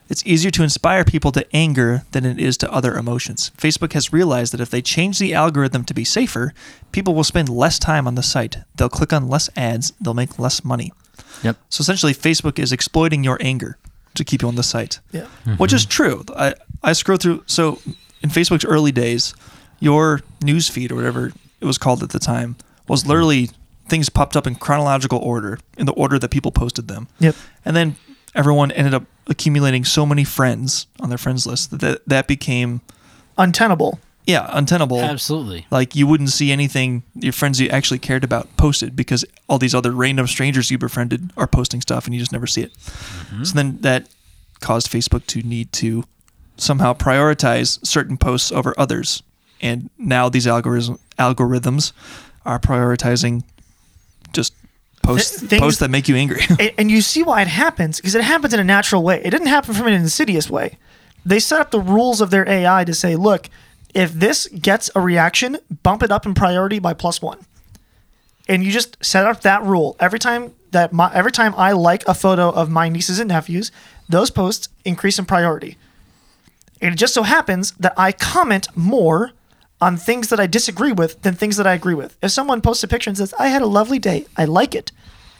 Speaker 1: it's easier to inspire people to anger than it is to other emotions. Facebook has realized that if they change the algorithm to be safer, people will spend less time on the site. They'll click on less ads, they'll make less money.
Speaker 2: Yep.
Speaker 1: So essentially, Facebook is exploiting your anger to keep you on the site
Speaker 3: Yeah.
Speaker 1: which is true. I, I scroll through. So in Facebook's early days, your news feed or whatever it was called at the time was literally things popped up in chronological order, in the order that people posted them.
Speaker 3: Yep.
Speaker 1: And then everyone ended up accumulating so many friends on their friends list that that, that became
Speaker 3: Untenable.
Speaker 1: yeah untenable.
Speaker 2: Absolutely.
Speaker 1: Like you wouldn't see anything your friends you actually cared about posted because all these other random strangers you befriended are posting stuff and you just never see it. So then that caused Facebook to need to somehow prioritize certain posts over others. And now these algorithm algorithms are prioritizing just posts
Speaker 3: Th- things-
Speaker 1: posts that make you angry.
Speaker 3: And, and you see why it happens because it happens in a natural way. It didn't happen from an insidious way. They set up the rules of their AI to say, look, if this gets a reaction, bump it up in priority by plus one. And you just set up that rule every time that my, every time I like a photo of my nieces and nephews, those posts increase in priority. And it just so happens that I comment more on things that I disagree with than things that I agree with. If someone posts a picture and says, I had a lovely day, I like it.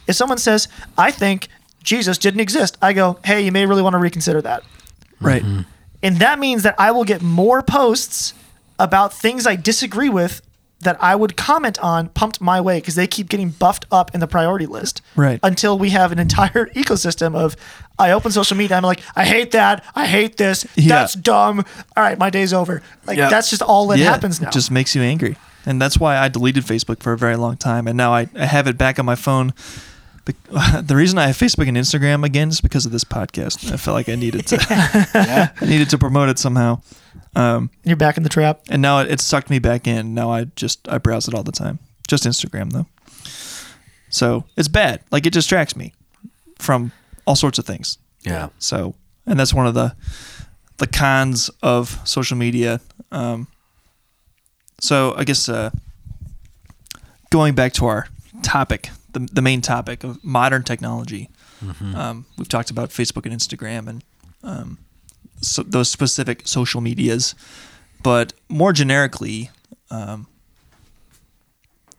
Speaker 3: If someone says, I think Jesus didn't exist, I go, hey, you may really want to reconsider that.
Speaker 1: right.
Speaker 3: And that means that I will get more posts about things I disagree with that I would comment on pumped my way because they keep getting buffed up in the priority list.
Speaker 1: Right.
Speaker 3: Until we have an entire ecosystem of I open social media, I'm like, I hate that, I hate this,
Speaker 1: Yeah.
Speaker 3: that's dumb. All right, my day's over. Like
Speaker 2: Yeah.
Speaker 3: that's just all that
Speaker 1: Yeah,
Speaker 3: happens now.
Speaker 1: It just makes you angry. And that's why I deleted Facebook for a very long time. And now I, I have it back on my phone. Be- The reason I have Facebook and Instagram again is because of this podcast. I felt like I needed to I needed to promote it somehow.
Speaker 3: You're back in the trap.
Speaker 1: And now it, it sucked me back in. Now I just I browse it all the time. Just Instagram though. So it's bad. Like it distracts me from all sorts of things.
Speaker 2: Yeah.
Speaker 1: So, and that's one of the the cons of social media. Um, so, I guess uh, going back to our topic, the, the main topic of modern technology,
Speaker 2: Mm-hmm.
Speaker 1: um, we've talked about Facebook and Instagram and um, so those specific social medias, but more generically, um,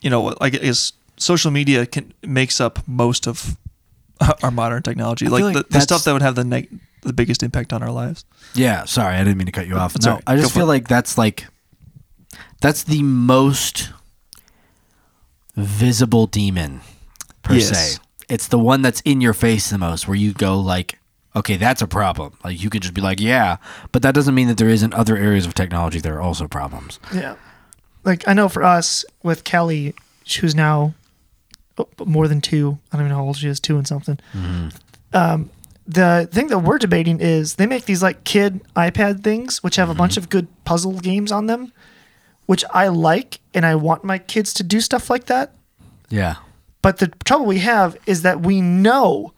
Speaker 1: you know, I guess social media can makes up most of our modern technology,
Speaker 2: I
Speaker 1: like,
Speaker 2: feel like
Speaker 1: the, the
Speaker 2: that's-
Speaker 1: stuff that would have the neg- the biggest impact on our lives.
Speaker 2: Yeah, sorry, I didn't mean to cut you off.
Speaker 1: It's
Speaker 2: No,
Speaker 1: all right.
Speaker 2: I just
Speaker 1: Go for
Speaker 2: feel
Speaker 1: it.
Speaker 2: like that's like that's the most visible demon per
Speaker 1: Yes.
Speaker 2: se. It's the one that's in your face the most where you go like, okay, that's a problem. Like you could just be like, yeah, but that doesn't mean that there isn't other areas of technology that are also problems.
Speaker 3: Yeah. Like I know for us with Kelly, who's now oh, more than two. I don't even know how old she is, two and something. Um, the thing that we're debating is they make these like kid iPad things, which have a bunch of good puzzle games on them, which I like, and I want my kids to do stuff like that.
Speaker 2: Yeah.
Speaker 3: But the trouble we have is that we know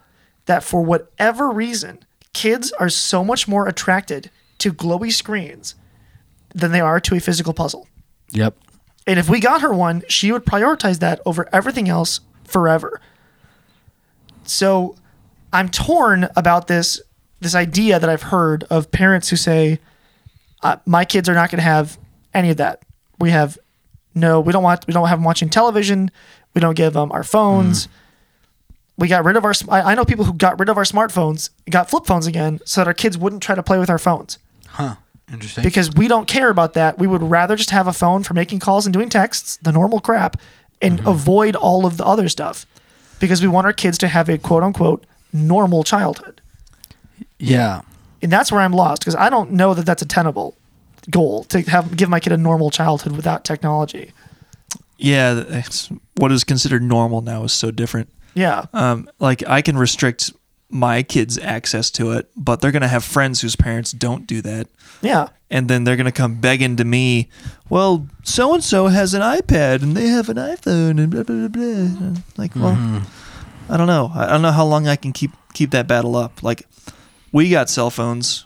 Speaker 3: that for whatever reason, kids are so much more attracted to glowy screens than they are to a physical puzzle.
Speaker 2: Yep.
Speaker 3: And if we got her one, she would prioritize that over everything else forever. So I'm torn about this this idea that I've heard of parents who say, uh, "My kids are not going to have any of that. We have no, we don't want, we don't have them watching television. We don't give them our phones. We got rid of our. sm- I, I know people who got rid of our smartphones, got flip phones again, so that our kids wouldn't try to play with our phones."
Speaker 2: Huh. Interesting.
Speaker 3: because we don't care about that. We would rather just have a phone for making calls and doing texts, the normal crap, and
Speaker 1: Mm-hmm.
Speaker 3: avoid all of the other stuff because we want our kids to have a quote unquote normal childhood.
Speaker 2: yeah.
Speaker 3: And that's where I'm lost because I don't know that that's a tenable goal to have give my kid a normal childhood without technology.
Speaker 1: Yeah, th- it's, what is considered normal now is so different.
Speaker 3: Yeah.
Speaker 1: Um, like I can restrict my kids' access to it, but they're gonna have friends whose parents don't do that,
Speaker 3: Yeah.
Speaker 1: and then they're gonna come begging to me. Well, so and so has an iPad and they have an iPhone and blah blah blah. blah. Like, well,
Speaker 3: Mm-hmm.
Speaker 1: I don't know. I I don't know how long I can keep keep that battle up. Like, we got cell phones,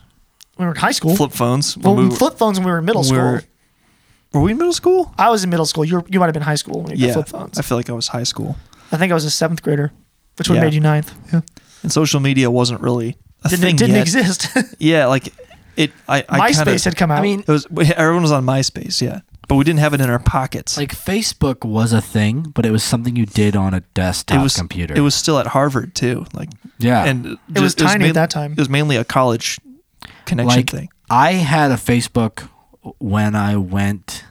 Speaker 3: When we were in high school.
Speaker 1: flip phones.
Speaker 3: well,
Speaker 1: When
Speaker 3: we
Speaker 1: we were-
Speaker 3: flip phones when we were in middle school.
Speaker 1: We're- were we in middle school?
Speaker 3: I was in middle school. You were, you might have been high school when you
Speaker 1: Yeah,
Speaker 3: got flip phones.
Speaker 1: I feel like I was high school.
Speaker 3: I think I was a seventh grader, which would
Speaker 1: Yeah.
Speaker 3: have made you ninth. Yeah.
Speaker 1: and social media wasn't really a
Speaker 3: Didn't,
Speaker 1: thing
Speaker 3: it didn't
Speaker 1: yet.
Speaker 3: exist.
Speaker 1: Yeah, like it. I, I
Speaker 3: MySpace
Speaker 1: kinda,
Speaker 3: had come out.
Speaker 2: I mean,
Speaker 1: It was everyone was on MySpace, yeah, but we didn't have it in our pockets.
Speaker 2: like Facebook was a thing, but it was something you did on a desktop
Speaker 1: it was
Speaker 2: computer. Ah.
Speaker 1: It was still at Harvard too. Like
Speaker 2: yeah.
Speaker 1: and
Speaker 3: It was tiny at that time.
Speaker 1: It was mainly a college connection
Speaker 2: like
Speaker 1: thing.
Speaker 2: I had a Facebook when I went,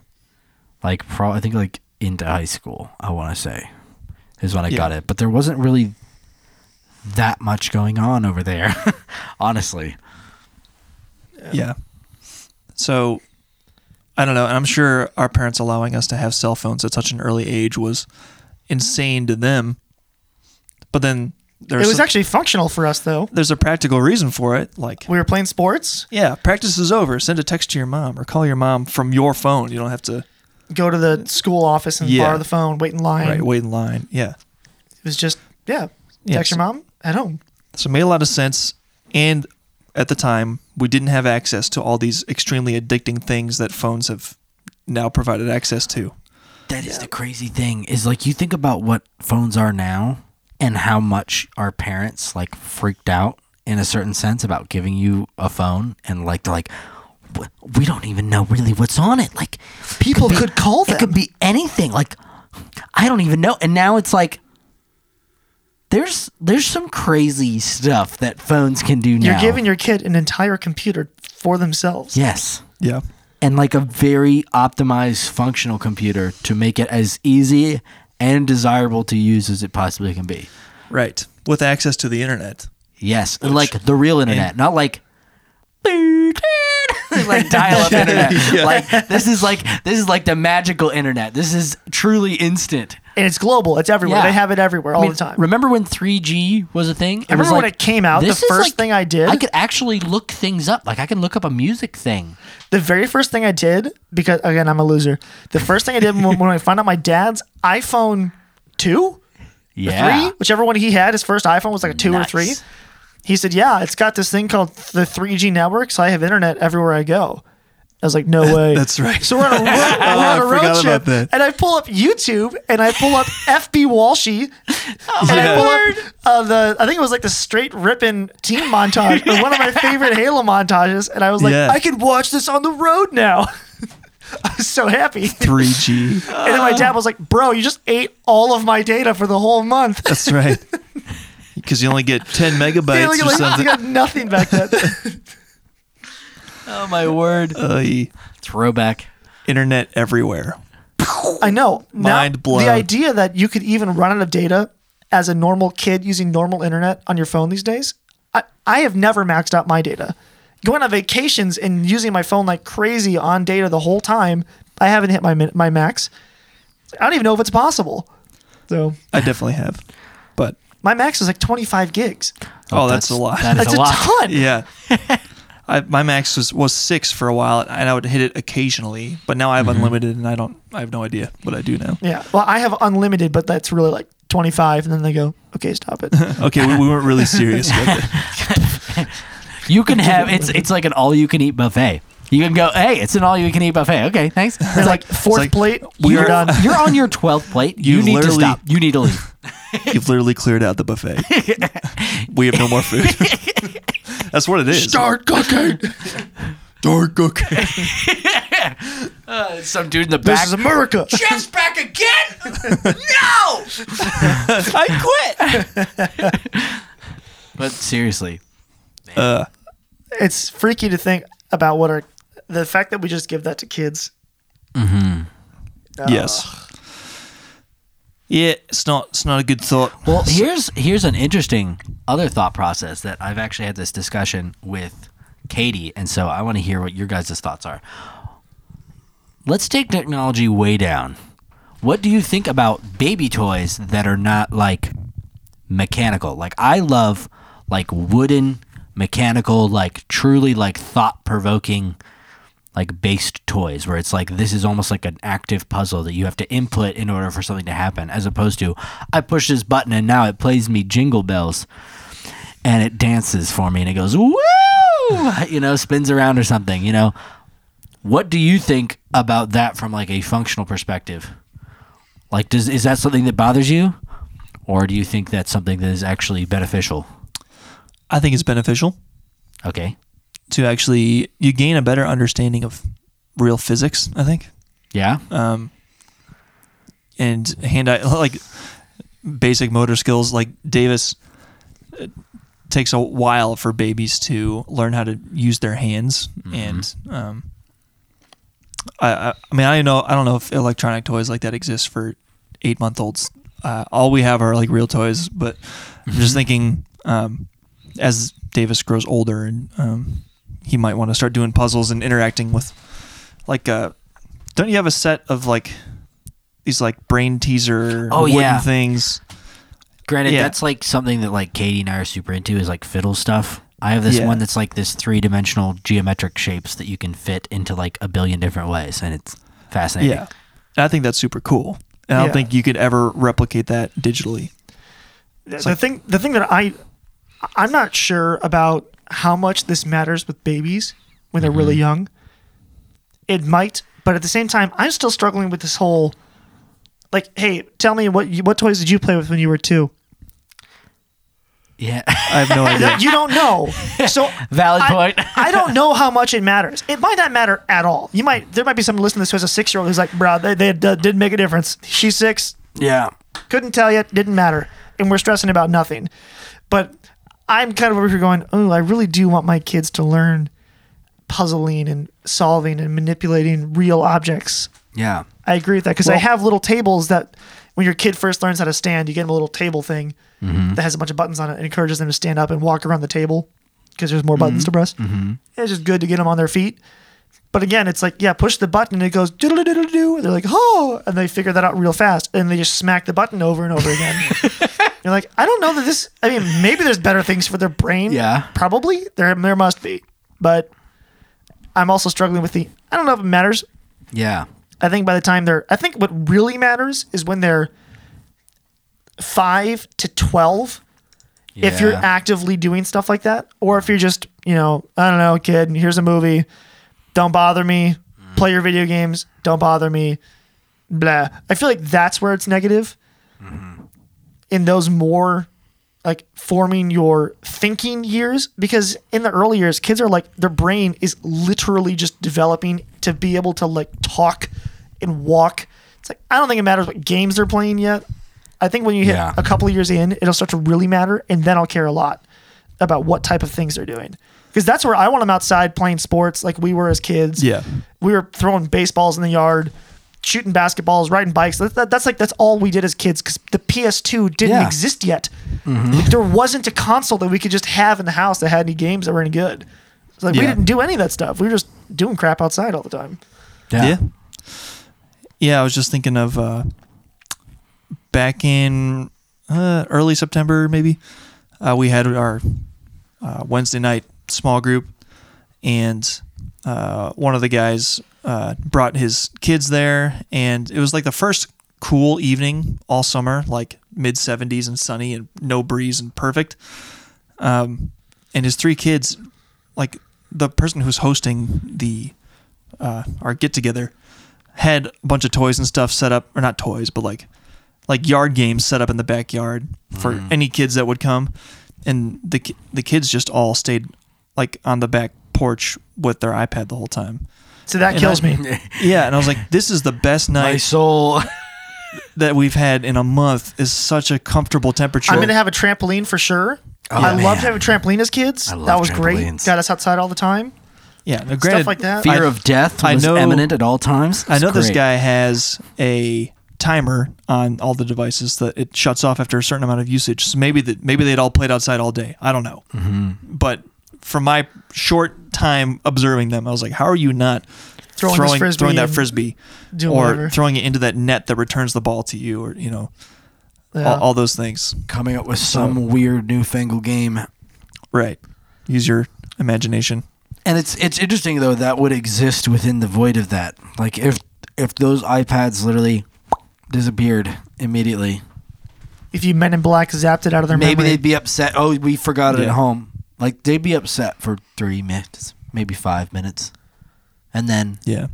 Speaker 2: like, pro- I think like into high school. I want to say is when I
Speaker 1: Yeah.
Speaker 2: got it. But there wasn't really that much going on over there, honestly.
Speaker 1: Yeah. So I don't know, and I'm sure our parents allowing us to have cell phones at such an early age was insane to them. But then
Speaker 3: It
Speaker 1: there's
Speaker 3: was actually functional for us though.
Speaker 1: there's a practical reason for it. Like,
Speaker 3: We were playing sports,
Speaker 1: yeah, practice is over. Send a text to your mom or call your mom from your phone. You don't have to
Speaker 3: go to the school office and
Speaker 1: Yeah.
Speaker 3: borrow the phone, wait in line.
Speaker 1: right, wait in line. Yeah.
Speaker 3: It was just yeah.
Speaker 1: Yeah,
Speaker 3: Text your mom at home.
Speaker 1: So it made a lot of sense. And at the time, we didn't have access to all these extremely addicting things that phones have now provided access to.
Speaker 2: That is the crazy thing is like you think about what phones are now and how much our parents like freaked out in a certain sense about giving you a phone and like they're like "W- we don't even know really what's on it like it
Speaker 3: People could call
Speaker 2: it could
Speaker 3: them.
Speaker 2: be anything like I don't even know and now it's like there's there's some crazy stuff that phones can do now
Speaker 3: You're giving your kid an entire computer for themselves.
Speaker 2: yes
Speaker 1: Yeah.
Speaker 2: and like a very optimized functional computer to make it as easy and desirable to use as it possibly can be.
Speaker 1: Right. With access to the internet.
Speaker 2: Yes, like the real internet, not like like dial up internet. Like this is like this is like the magical internet. This is truly instant.
Speaker 3: And it's global. It's everywhere.
Speaker 2: Yeah.
Speaker 3: They have it everywhere all
Speaker 2: I mean,
Speaker 3: the time.
Speaker 2: Remember when 3G was a thing?
Speaker 3: I
Speaker 2: was
Speaker 3: remember when it came out, the
Speaker 2: this is
Speaker 3: first thing I did-
Speaker 2: I could actually look things up. Like I can look up a music thing.
Speaker 3: the very first thing I did, because again, I'm a loser. The first thing I did when, when I found out my dad's iPhone 2
Speaker 2: Yeah.
Speaker 3: 3, whichever one he had, his first iPhone was like a 2 or
Speaker 2: Nice.
Speaker 3: 3. He said, Yeah, it's got this thing called the 3G network, so I have internet everywhere I go. I was like, No way.
Speaker 1: That's right.
Speaker 3: So we're on a, ro- we're on
Speaker 1: I
Speaker 3: a road
Speaker 1: forgot
Speaker 3: trip,
Speaker 1: about that.
Speaker 3: and I pull up YouTube, and I pull up FB Walshy,
Speaker 1: Oh
Speaker 3: and I pull up uh, the I think it was like the straight ripping team montage, or one of my favorite Halo montages, and I was like,
Speaker 1: Yeah.
Speaker 3: I could watch this on the road now. I was so happy, and
Speaker 1: 3G.
Speaker 3: then my dad was like, "Bro, you just ate all of my data for the whole month.
Speaker 1: That's right. Because you only get 10
Speaker 3: You
Speaker 1: megabytes or
Speaker 3: like, you
Speaker 1: something.
Speaker 3: got nothing back then."
Speaker 2: Oh my word.
Speaker 1: Ay.
Speaker 2: Throwback.
Speaker 1: Uh, internet everywhere.
Speaker 3: I know. Now,
Speaker 1: Mind blown.
Speaker 3: The idea that you could even run out of data as a normal kid using normal internet on your phone these days, I, I have never maxed out my data. Going on vacations and using my phone like crazy on data the whole time, I haven't hit my min- my max. I don't even know if it's possible. So
Speaker 1: I definitely have. But,
Speaker 3: my max is like 25 gigs.
Speaker 1: oh, that's, a lot.
Speaker 2: That is
Speaker 3: That's
Speaker 2: a
Speaker 3: a,
Speaker 2: lot.
Speaker 3: ton.
Speaker 1: yeah. I, my max was, was six for a while, and I would hit it occasionally. But now I have unlimited, and I don't. I have no idea what I do now.
Speaker 3: Yeah. Well, I have unlimited, but that's really like 25, and then they go, "Okay, stop it."
Speaker 1: Okay, we, we weren't really serious. With it.
Speaker 2: You can have it's it's like an all you can eat buffet. You can go, hey, it's an all you can eat buffet. Okay, thanks.
Speaker 3: They're like fourth
Speaker 1: like,
Speaker 3: plate.
Speaker 1: we
Speaker 3: You're
Speaker 1: are-
Speaker 3: done.
Speaker 2: You're on your twelfth plate. You,
Speaker 1: You
Speaker 2: need to
Speaker 1: literally-
Speaker 2: stop. You need to leave.
Speaker 1: You've literally cleared out the buffet. we have no more food. That's what it is.
Speaker 2: Start
Speaker 1: cooking. Start cooking.
Speaker 2: Some dude in the
Speaker 3: This is America.
Speaker 2: Jeff's back again. no, I quit. but seriously,
Speaker 1: Uh,
Speaker 3: it's freaky to think about what our the fact that we just give that to kids.
Speaker 1: yes. Yeah, it's not. It's not a good thought.
Speaker 2: well, here's here's an interesting other thought process that I've actually had this discussion with Katie, and so I want to hear what your guys' thoughts are. Let's take technology way down. What do you think about baby toys that are not like mechanical? Like I love like wooden mechanical like truly like thought provoking like based toys where it's like this is almost like an active puzzle that you have to input in order for something to happen as opposed to I push this button and now it plays me jingle bells and it dances for me and it goes woo you know spins around or something you know what do you think about that from like a functional perspective like does is that something that bothers you or do you think that's something that is actually beneficial
Speaker 1: I think it's beneficial
Speaker 2: okay
Speaker 1: to actually you gain a better understanding of real physics. I think.
Speaker 2: yeah
Speaker 1: um, and hand eye like basic motor skills. Like Davis, it takes a while for babies to learn how to use their hands, and um, I, I I mean I know I don't know if electronic toys like that exist for eight month olds. uh, all we have are like real toys. But I'm just thinking um, as Davis grows older and um, he might want to start doing puzzles and interacting with like uh don't you have a set of like these like brain teaser
Speaker 2: Oh,
Speaker 1: wooden
Speaker 2: yeah.
Speaker 1: things?
Speaker 2: Granted,
Speaker 1: Yeah.
Speaker 2: that's like something that like Katie and I are super into is like fiddle stuff. I have this
Speaker 1: Yeah.
Speaker 2: one that's like this three dimensional geometric shapes that you can fit into like a billion different ways, and it's fascinating.
Speaker 1: Yeah. I think that's super cool. And I don't
Speaker 3: Yeah.
Speaker 1: think you could ever replicate that digitally.
Speaker 3: The, the thing, the thing that I, I'm not sure about how much this matters with babies when they're really young. It might, but at the same time, I'm still struggling with this whole, like, hey, tell me what you, what toys did you play with when you were two?
Speaker 2: Yeah,
Speaker 1: I have no idea.
Speaker 3: You don't know, so
Speaker 2: valid
Speaker 3: I,
Speaker 2: point.
Speaker 3: I don't know how much it matters. It might not matter at all. You might there might be someone listening to this who's a six year old who's like, bro, they, they d- did make a difference. She's six,
Speaker 2: yeah,
Speaker 3: couldn't tell you, didn't matter, and we're stressing about nothing. But I'm kind of over here going, oh, I really do want my kids to learn puzzling and solving and manipulating real objects.
Speaker 2: yeah.
Speaker 3: I agree with that because I
Speaker 2: Well-
Speaker 3: have little tables that when your kid first learns how to stand, you get them a little table thing
Speaker 2: Mm-hmm.
Speaker 3: that has a bunch of buttons on it and encourages them to stand up and walk around the table because there's more buttons
Speaker 2: Mm-hmm.
Speaker 3: to press. It's just good to get them on their feet. But again, it's like, yeah, push the button and it goes doodle doodle doo. They're like, oh, and they figure that out real fast. And they just smack the button over and over again. You're like, I don't know that this, I mean, maybe there's better things for their brain.
Speaker 2: Yeah.
Speaker 3: Probably. There, there must be. But I'm also struggling with the, I don't know if it matters.
Speaker 2: Yeah.
Speaker 3: I think by the time they're, I think what really matters is when they're five to 12, if you're
Speaker 2: Yeah.
Speaker 3: actively doing stuff like that, or if you're just, you know, I don't know, kid, here's a movie, don't bother me,
Speaker 2: Mm.
Speaker 3: play your video games, don't bother me, blah. I feel like that's where it's negative.
Speaker 2: Mm-hmm.
Speaker 3: In those more like forming your thinking years, because in the early years, kids are like, their brain is literally just developing to be able to like talk and walk. It's like, I don't think it matters what games they're playing yet. I think when you hit
Speaker 2: Yeah.
Speaker 3: a couple of years in, it'll start to really matter, and then I'll care a lot about what type of things they're doing. Because that's where I want them outside playing sports like we were as kids.
Speaker 1: Yeah.
Speaker 3: We were throwing baseballs in the yard, shooting basketballs, riding bikes. That, that- that's like, that's all we did as kids because the PS2 didn't
Speaker 2: Yeah.
Speaker 3: exist yet.
Speaker 1: Mm-hmm.
Speaker 3: There wasn't a console that we could just have in the house that had any games that were any good. It's like, we
Speaker 1: Yeah.
Speaker 3: didn't do any of that stuff. We were just doing crap outside all the time.
Speaker 2: Yeah.
Speaker 1: Yeah. Yeah, I was just thinking of uh, back in uh, early September, maybe. Uh, we had our uh, Wednesday night small group, and uh, one of the guys uh, brought his kids there, and it was like the first cool evening all summer, like mid 70s and sunny and no breeze and perfect. Um, and his three kids, like the person who's hosting the uh, our get together had a bunch of toys and stuff set up, or not toys, but like like yard games set up in the backyard for
Speaker 2: Mm.
Speaker 1: any kids that would come, and the ki- the kids just all stayed like on the back porch with their iPad the whole time.
Speaker 3: So that
Speaker 1: And
Speaker 3: kills
Speaker 1: I-
Speaker 3: me.
Speaker 1: Yeah, and I was like, this is the best
Speaker 2: My
Speaker 1: night
Speaker 2: soul.
Speaker 1: that we've had in a month. Is such a comfortable temperature.
Speaker 3: I'm gonna have a trampoline for sure.
Speaker 2: Oh,
Speaker 3: I
Speaker 2: man.
Speaker 3: loved having trampoline as kids.
Speaker 2: I love
Speaker 3: That was great.
Speaker 2: trampolines.
Speaker 3: Got us outside all the time.
Speaker 1: yeah, now, granted,
Speaker 3: like that.
Speaker 2: Fear
Speaker 1: I-
Speaker 2: of death
Speaker 1: I
Speaker 2: was
Speaker 1: know-
Speaker 2: eminent at all times.
Speaker 1: I
Speaker 2: It's
Speaker 1: know this
Speaker 2: great.
Speaker 1: guy has a timer on all the devices that it shuts off after a certain amount of usage. So maybe that maybe they'd all played outside all day. I don't know. But from my short time observing them, I was like, how are you not
Speaker 3: Throwing
Speaker 1: throwing
Speaker 3: this
Speaker 1: throwing,
Speaker 3: frisbee
Speaker 1: that
Speaker 3: and
Speaker 1: frisbee
Speaker 3: doing
Speaker 1: or
Speaker 3: whatever."
Speaker 1: throwing it into that net that returns the ball to you or you know
Speaker 3: Yeah.
Speaker 1: all, all those things.
Speaker 2: coming up with some weird newfangled game.
Speaker 1: Right. Use your imagination.
Speaker 2: And it's it's interesting though that would exist within the void of that. Like if if those iPads literally disappeared immediately,
Speaker 3: If you Men in Black zapped it out of their
Speaker 2: maybe
Speaker 3: memory.
Speaker 2: they'd be upset. Oh, we forgot it
Speaker 1: Yeah.
Speaker 2: at home. Like they'd be upset for three minutes, maybe five minutes, and then
Speaker 1: Yeah.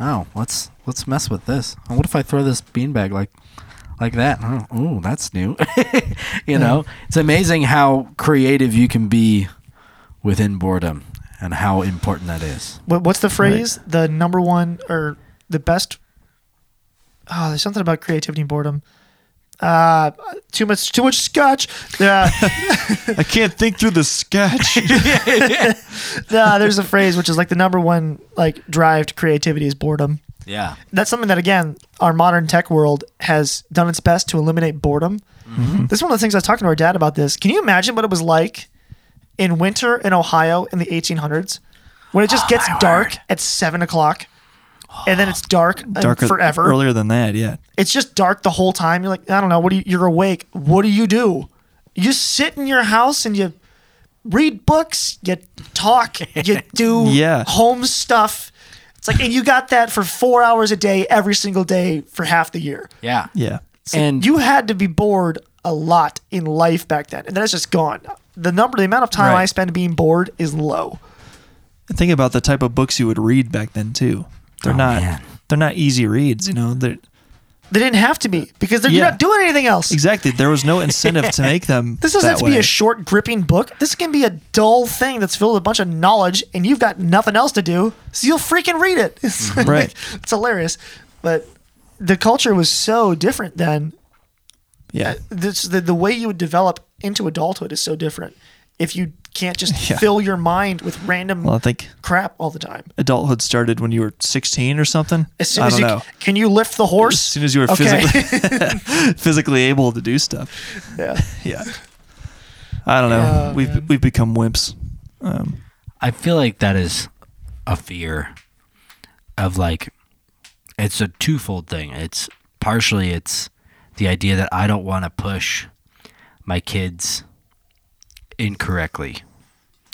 Speaker 2: oh, let's let's mess with this. Oh, what if I throw this beanbag like like that? Oh, ooh, that's new. you know, it's amazing how creative you can be within boredom, and how important that is.
Speaker 3: What, what's the phrase? The number one or the best? Oh, there's something about creativity and boredom. Uh, too much, too much scotch. Yeah,
Speaker 1: I can't think through the sketch.
Speaker 3: no, there's a phrase which is like the number one like drive to creativity is boredom.
Speaker 2: Yeah.
Speaker 3: That's something that again, our modern tech world has done its best to eliminate boredom. This is one of the things I was talking to our dad about this. Can you imagine what it was like in winter in Ohio in the 1800s when it just gets dark at seven o'clock, and then it's dark and
Speaker 1: Darker
Speaker 3: forever.
Speaker 1: earlier than that. Yeah.
Speaker 3: It's just dark the whole time. You're like, I don't know. What do you? You're awake. What do you do? You sit in your house and you read books. You talk. You do
Speaker 1: Yeah.
Speaker 3: home stuff. It's like, and you got that for four hours a day every single day for half the year.
Speaker 2: Yeah.
Speaker 1: Yeah.
Speaker 2: And
Speaker 3: You had to be bored a lot in life back then, and that's just gone. The number, the amount of time
Speaker 1: Right.
Speaker 3: I spend being bored is low.
Speaker 1: Think about the type of books you would read back then too. They're
Speaker 2: Oh,
Speaker 1: not.
Speaker 2: man.
Speaker 1: They're not easy reads. You know. They're,
Speaker 3: They didn't have to be because they're you're
Speaker 1: Yeah.
Speaker 3: not doing anything else.
Speaker 1: exactly. There was no incentive to make them.
Speaker 3: This doesn't
Speaker 1: that
Speaker 3: have to be
Speaker 1: way.
Speaker 3: a short, gripping book. This can be a dull thing that's filled with a bunch of knowledge, and you've got nothing else to do, so you'll freaking read it. It's like-
Speaker 1: Right.
Speaker 3: It's hilarious, but the culture was so different then. Uh,
Speaker 1: yeah.
Speaker 3: This, the, the way you would develop into adulthood is so different if you can't just
Speaker 1: Yeah.
Speaker 3: fill your mind with random
Speaker 1: Well, I think
Speaker 3: crap all the time.
Speaker 1: adulthood started when you were 16 or something.
Speaker 3: As soon
Speaker 1: I
Speaker 3: as
Speaker 1: don't
Speaker 3: you
Speaker 1: know.
Speaker 3: can you lift the horse?
Speaker 1: As soon as you were physically physically able to do stuff.
Speaker 3: yeah.
Speaker 1: Yeah. I don't know.
Speaker 3: Yeah,
Speaker 1: we've
Speaker 3: man.
Speaker 1: we've become wimps. Um,
Speaker 2: I feel like that is a fear of like it's a twofold thing. It's partially it's the idea that I don't want to push my kids incorrectly.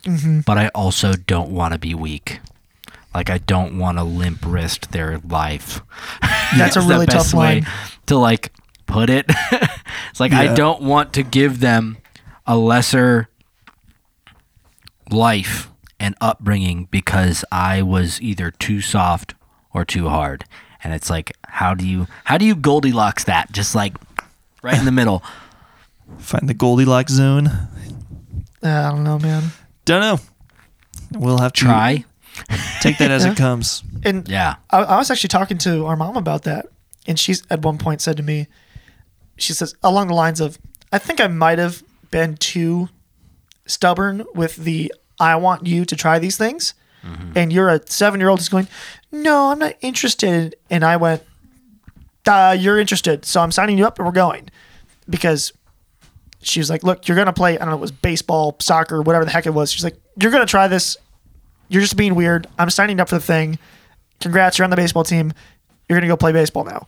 Speaker 3: Mm-hmm.
Speaker 2: But I also don't want to be weak. Like I don't want to limp wrist their life.
Speaker 3: That's a
Speaker 2: the
Speaker 3: really tough
Speaker 2: best way
Speaker 3: line.
Speaker 2: to like put it. it's like
Speaker 1: Yeah.
Speaker 2: I don't want to give them a lesser life and upbringing because I was either too soft or too hard. And it's like, how do you how do you Goldilocks that? Just like right in the middle.
Speaker 1: find the Goldilocks zone.
Speaker 3: Uh, I don't know, man.
Speaker 1: Don't know. We'll have to
Speaker 3: Mm.
Speaker 2: Try.
Speaker 1: take that as it comes.
Speaker 3: And
Speaker 2: Yeah.
Speaker 3: I, I was actually talking to our mom about that, and she's at one point said to me, she says along the lines of, "I think I might have been too stubborn with the I want you to try these things, and you're a seven year old who's going, no, I'm not interested." And I went, uh, "You're interested, so I'm signing you up, and we're going," because she was like, "Look, you're gonna play. I don't know, it was baseball, soccer, whatever the heck it was." She's like, "You're gonna try this. You're just being weird. I'm signing up for the thing. Congrats, you're on the baseball team. You're gonna go play baseball now."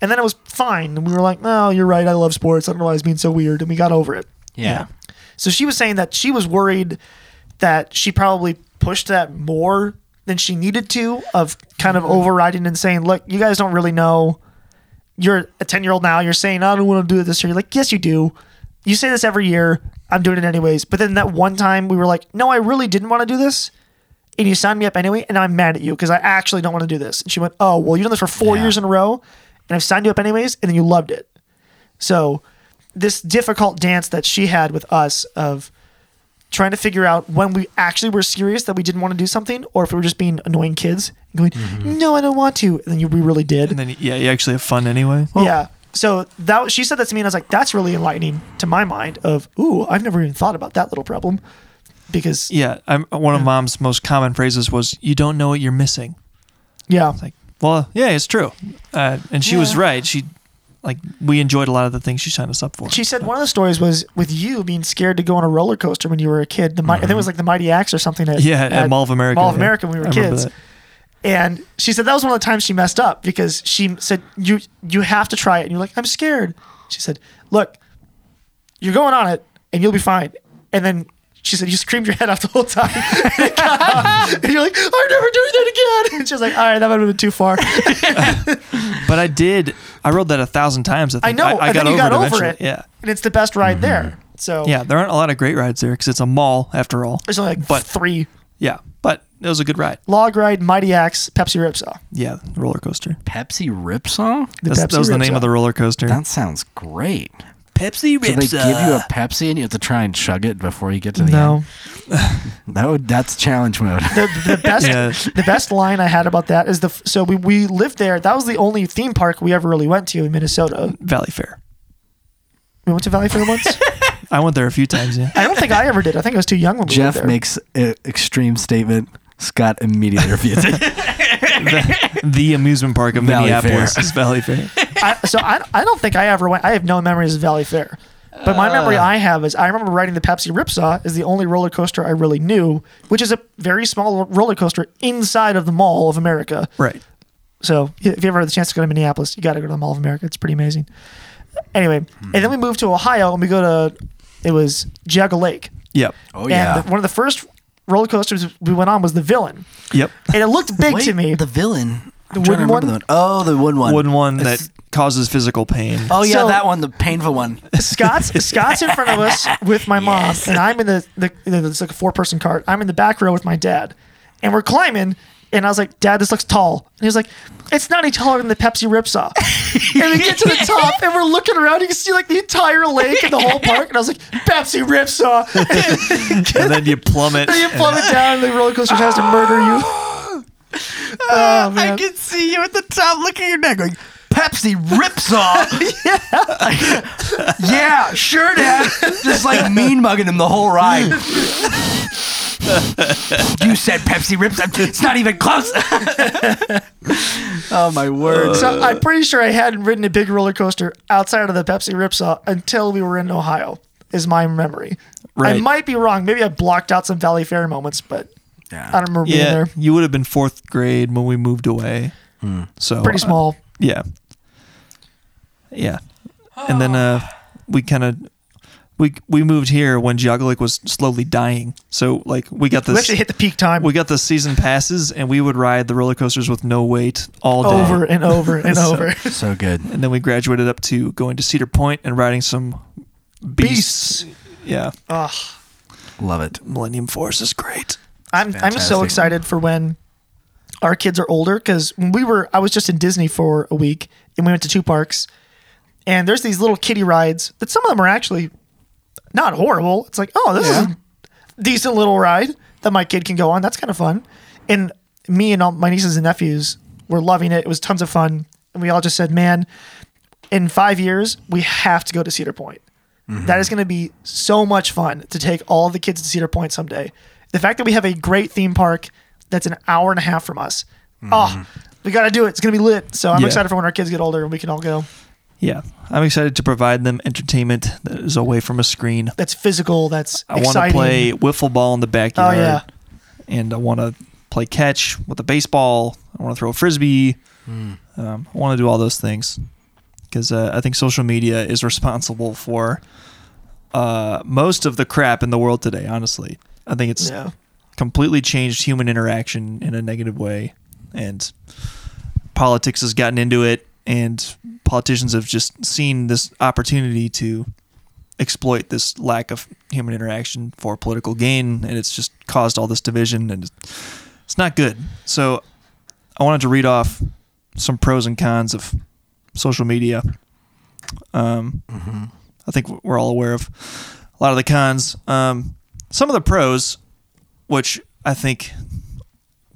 Speaker 3: And then it was fine, and we were like, "No, you're right. I love sports. I don't know why I was being so weird," and we got over it.
Speaker 2: Yeah.
Speaker 3: So she was saying that she was worried that she probably pushed that more than she needed to of kind of overriding and saying, look, you guys don't really know. You're a 10 year old now. You're saying, I don't want to do it this year. You're like, yes, you do. You say this every year. I'm doing it anyways. But then that one time we were like, no, I really didn't want to do this. And you signed me up anyway. And I'm mad at you because I actually don't want to do this. And she went, oh, well, you've done this for four
Speaker 2: Yeah.
Speaker 3: years in a row. And I've signed you up anyways. And then you loved it. So this difficult dance that she had with us of trying to figure out when we actually were serious that we didn't want to do something or if we were just being annoying kids and going, no, I don't want to. And then you, we really did.
Speaker 1: And then yeah, you actually have fun anyway. Well,
Speaker 3: yeah. So that was- she said that to me and I was like, that's really enlightening to my mind of, ooh, I've never even thought about that little problem because
Speaker 1: Yeah, I'm, one of mom's most common phrases was "You don't know what you're missing."
Speaker 3: yeah,
Speaker 1: Like, well, yeah, it's true, uh, and she was
Speaker 3: Yeah.
Speaker 1: right. She, like, we enjoyed a lot of the things she signed us up for.
Speaker 3: She said one of the stories was with you being scared to go on a roller coaster when you were a kid. The Mi- I think it was like the Mighty Axe or something. At,
Speaker 1: Yeah, at Mall of America,
Speaker 3: Mall of
Speaker 1: yeah.
Speaker 3: America when we
Speaker 1: I
Speaker 3: were
Speaker 1: remember
Speaker 3: kids.
Speaker 1: that.
Speaker 3: And she said that was one of the times she messed up because she said you you have to try it and you're like I'm scared. She said, "Look, you're going on it and you'll be fine." And then she said you screamed your head off the whole time. and, it got off. And you're like, "I'm never doing that again." And she was like, "All right, that might have been too far."
Speaker 1: but I did. I rode that a thousand times. I
Speaker 3: I
Speaker 1: think
Speaker 3: know.
Speaker 1: I, got
Speaker 3: and then you
Speaker 1: over
Speaker 3: got
Speaker 1: it
Speaker 3: over
Speaker 1: eventually.
Speaker 3: it.
Speaker 1: Yeah. Mm-hmm.
Speaker 3: And it's the best ride there. So
Speaker 1: Yeah, there aren't a lot of great rides there because it's a mall after all.
Speaker 3: There's only like
Speaker 1: But-
Speaker 3: three
Speaker 1: Yeah, but it was a good ride.
Speaker 3: Log Ride, Mighty Axe, Pepsi Rip Saw.
Speaker 1: Yeah, roller coaster.
Speaker 2: Pepsi Ripsaw?
Speaker 3: The
Speaker 1: That's,
Speaker 3: Pepsi
Speaker 1: that was the
Speaker 3: Rip
Speaker 1: name
Speaker 3: Saw.
Speaker 1: of the roller coaster.
Speaker 2: That sounds great.
Speaker 1: Pepsi
Speaker 2: Do they give you a Pepsi and you have to try and chug it before you get to the
Speaker 3: No,
Speaker 2: end? That would that's challenge mode.
Speaker 3: the, the best
Speaker 1: Yeah.
Speaker 3: the best line I had about that is the f- so we we lived there. That was the only theme park we ever really went to in Minnesota.
Speaker 1: Valley Fair.
Speaker 3: We went to Valley Fair once.
Speaker 1: I went there a few times. Yeah.
Speaker 3: I don't think I ever did. I think I was too young when we
Speaker 2: Jeff
Speaker 3: lived there.
Speaker 2: makes an extreme statement. Scott immediately refutes it.
Speaker 1: the amusement park of
Speaker 2: Valley
Speaker 1: Minneapolis is Valley Fair.
Speaker 3: I, so I, I don't think I ever went. I have no memories of Valley Fair. But my memory
Speaker 1: Uh.
Speaker 3: I have is I remember riding the Pepsi Ripsaw is the only roller coaster I really knew, which is a very small roller coaster inside of the Mall of America.
Speaker 1: Right.
Speaker 3: So if you ever had the chance to go to Minneapolis, you got to go to the Mall of America. It's pretty amazing. Anyway, and then we moved to Ohio and we go to it was Jago Lake.
Speaker 1: Yep.
Speaker 2: Oh yeah.
Speaker 3: And the- one of the first roller coasters we went on was the Villain,
Speaker 1: Yep.
Speaker 3: and it looked big
Speaker 2: Wait,
Speaker 3: to me.
Speaker 2: The villain.
Speaker 3: The
Speaker 2: I'm trying to
Speaker 3: wooden
Speaker 2: remember
Speaker 3: one?
Speaker 2: The one. Oh, the wooden one.
Speaker 1: Wooden one that
Speaker 2: It's-
Speaker 1: causes physical pain.
Speaker 2: Oh yeah,
Speaker 3: So-
Speaker 2: that one, the painful one.
Speaker 3: Scott's Scott's in front of us with my mom,
Speaker 2: Yes.
Speaker 3: and I'm in the, the it's like a four person cart. I'm in the back row with my dad, and we're climbing. And I was like, Dad, this looks tall. And he was like, It's not any taller than the Pepsi Ripsaw. and we get to the top, and we're looking around. You can see like the entire lake and the whole park. And I was like, Pepsi Ripsaw.
Speaker 1: and then you plummet.
Speaker 3: and you plummet down, and the roller coaster tries to murder you. Oh, man.
Speaker 2: can see you at the top looking at your neck going, Pepsi rips off. yeah. sure, Dad. Just like mean mugging him the whole ride. you said Pepsi rips off. It's not even close. oh, my word.
Speaker 1: Uh,
Speaker 3: So I'm pretty sure I hadn't ridden a big roller coaster outside of the Pepsi Ripsaw until we were in Ohio, is my memory. I
Speaker 1: Right.
Speaker 3: might be wrong. Maybe I blocked out some Valley Fair moments, but
Speaker 2: Yeah.
Speaker 3: I don't remember being
Speaker 1: yeah.
Speaker 3: there.
Speaker 1: You would have been fourth grade when we moved away. So
Speaker 3: Pretty
Speaker 1: uh,
Speaker 3: small.
Speaker 1: yeah. Yeah. And then uh, we kind of we we moved here when Geogolic was slowly dying. So like we got
Speaker 3: we
Speaker 1: this
Speaker 3: actually hit the peak time
Speaker 1: we got the season passes and we would ride the roller coasters with no wait all day.
Speaker 3: over and over and
Speaker 1: So-
Speaker 3: over.
Speaker 2: So good.
Speaker 1: And then we graduated up to going to Cedar Point and riding some beasts. Yeah.
Speaker 3: Ugh.
Speaker 2: Love it.
Speaker 1: Millennium Force is great.
Speaker 3: I'm I'm so
Speaker 2: fantastic.
Speaker 3: excited for when our kids are older because when we were I was just in Disney for a week and we went to two parks and there's these little kiddie rides that some of them are actually not horrible. It's like oh this is a decent little ride that my kid can go on. That's kind of fun. And me and all my nieces and nephews were loving it. It was tons of fun. And we all just said, man, in five years we have to go to Cedar Point.
Speaker 1: Mm-hmm.
Speaker 3: That is going to be so much fun to take all the kids to Cedar Point someday. The fact that we have a great theme park that's an hour and a half from us. Oh, we got to do it. It's going to be lit. So I'm
Speaker 1: Mm-hmm. Yeah.
Speaker 3: excited for when our kids get older and we can all go.
Speaker 1: Yeah. I'm excited to provide them entertainment that is away from a screen.
Speaker 3: That's physical. That's
Speaker 1: I want to
Speaker 3: exciting.
Speaker 1: play wiffle ball in the
Speaker 3: Oh
Speaker 1: backyard.
Speaker 3: yeah.
Speaker 1: And I want to play catch with a baseball. I want to throw a frisbee. Um, I want to do all those things because uh, I think social media is responsible for uh, most of the crap in the world today. Honestly, I think it's
Speaker 3: Yeah.
Speaker 1: completely changed human interaction in a negative way, and politics has gotten into it, and politicians have just seen this opportunity to exploit this lack of human interaction for political gain, and it's just caused all this division, and it's not good. So, I wanted to read off some pros and cons of social media. Um, I think we're all aware of a lot of the cons. Um, some of the pros, which I think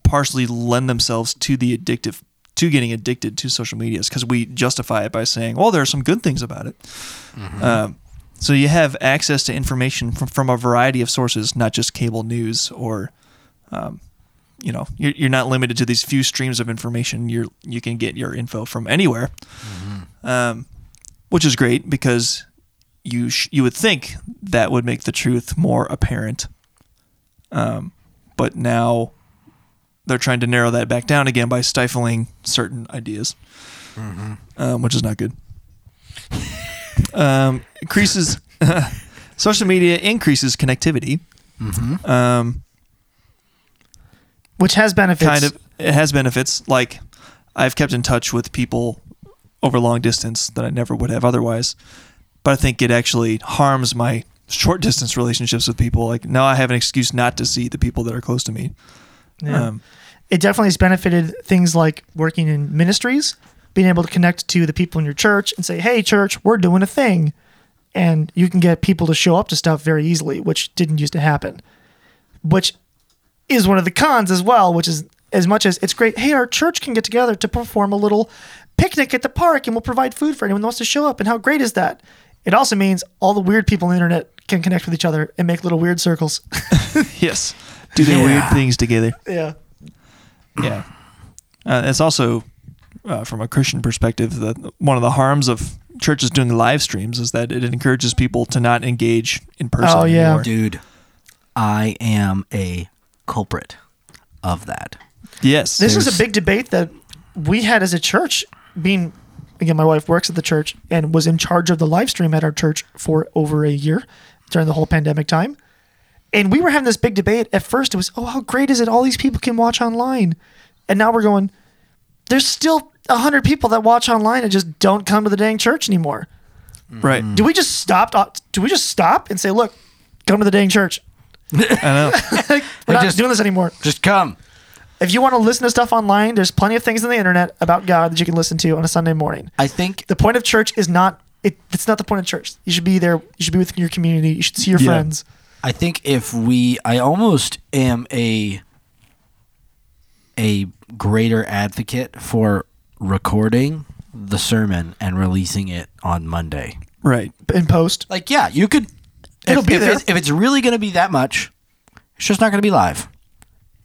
Speaker 1: partially lend themselves to the addictive to getting addicted to social media is because we justify it by saying, well, there are some good things about it. Um, so you have access to information from, from a variety of sources, not just cable news or, um, you know, you're, you're not limited to these few streams of information. You're, you can get your info from anywhere, um, which is great because you, sh- you would think that would make the truth more apparent. Um, but now they're trying to narrow that back down again by stifling certain ideas, um, which is not good. um, increases social media increases connectivity. Um,
Speaker 3: Which has benefits.
Speaker 1: kind of it has benefits. Like I've kept in touch with people over long distance that I never would have otherwise. But I think it actually harms my short distance relationships with people. Like now I have an excuse not to see the people that are close to me.
Speaker 3: Yeah.
Speaker 1: Um,
Speaker 3: it definitely has benefited things like working in ministries, being able to connect to the people in your church and say, "Hey, church, we're doing a thing," and you can get people to show up to stuff very easily, which didn't used to happen. Which is one of the cons as well. Which is as much as it's great. Hey, our church can get together to perform a little picnic at the park, and we'll provide food for anyone that wants to show up. And how great is that? It also means all the weird people on the internet can connect with each other and make little weird circles.
Speaker 1: yes. Do the
Speaker 2: Yeah.
Speaker 1: weird things together.
Speaker 3: yeah.
Speaker 1: Yeah. Uh, it's also, uh, from a Christian perspective, that one of the harms of churches doing live streams is that it encourages people to not engage in person.
Speaker 3: Oh, yeah.
Speaker 1: anymore.
Speaker 2: Dude, I am a culprit of that.
Speaker 1: Yes.
Speaker 3: This
Speaker 2: There's-
Speaker 3: is a big debate that we had as a church. Being again, my wife works at the church and was in charge of the live stream at our church for over a year during the whole pandemic time. And we were having this big debate. At first, it was, "Oh, how great is it? All these people can watch online." And now we're going. There's still a hundred people that watch online and just don't come to the dang church anymore.
Speaker 1: right.
Speaker 3: Do we just stop? uh, Do we just stop and say, "Look, come to the dang church"? I know. we're not
Speaker 2: just-
Speaker 3: doing this anymore.
Speaker 2: Just come.
Speaker 3: If you want to listen to stuff online, there's plenty of things on the internet about God that you can listen to on a Sunday morning.
Speaker 2: I think
Speaker 3: The point of church is not it, it's not the point of church. You should be there. You should be with your community. You should see your
Speaker 1: Yeah.
Speaker 3: friends.
Speaker 2: I think if we, I almost am a a greater advocate for recording the sermon and releasing it on Monday.
Speaker 1: Right.
Speaker 3: In post,
Speaker 2: Like, yeah, you could.
Speaker 3: It'll
Speaker 2: if,
Speaker 3: be
Speaker 2: if
Speaker 3: there.
Speaker 2: It's, if it's really going to be that much, it's just not going to be live.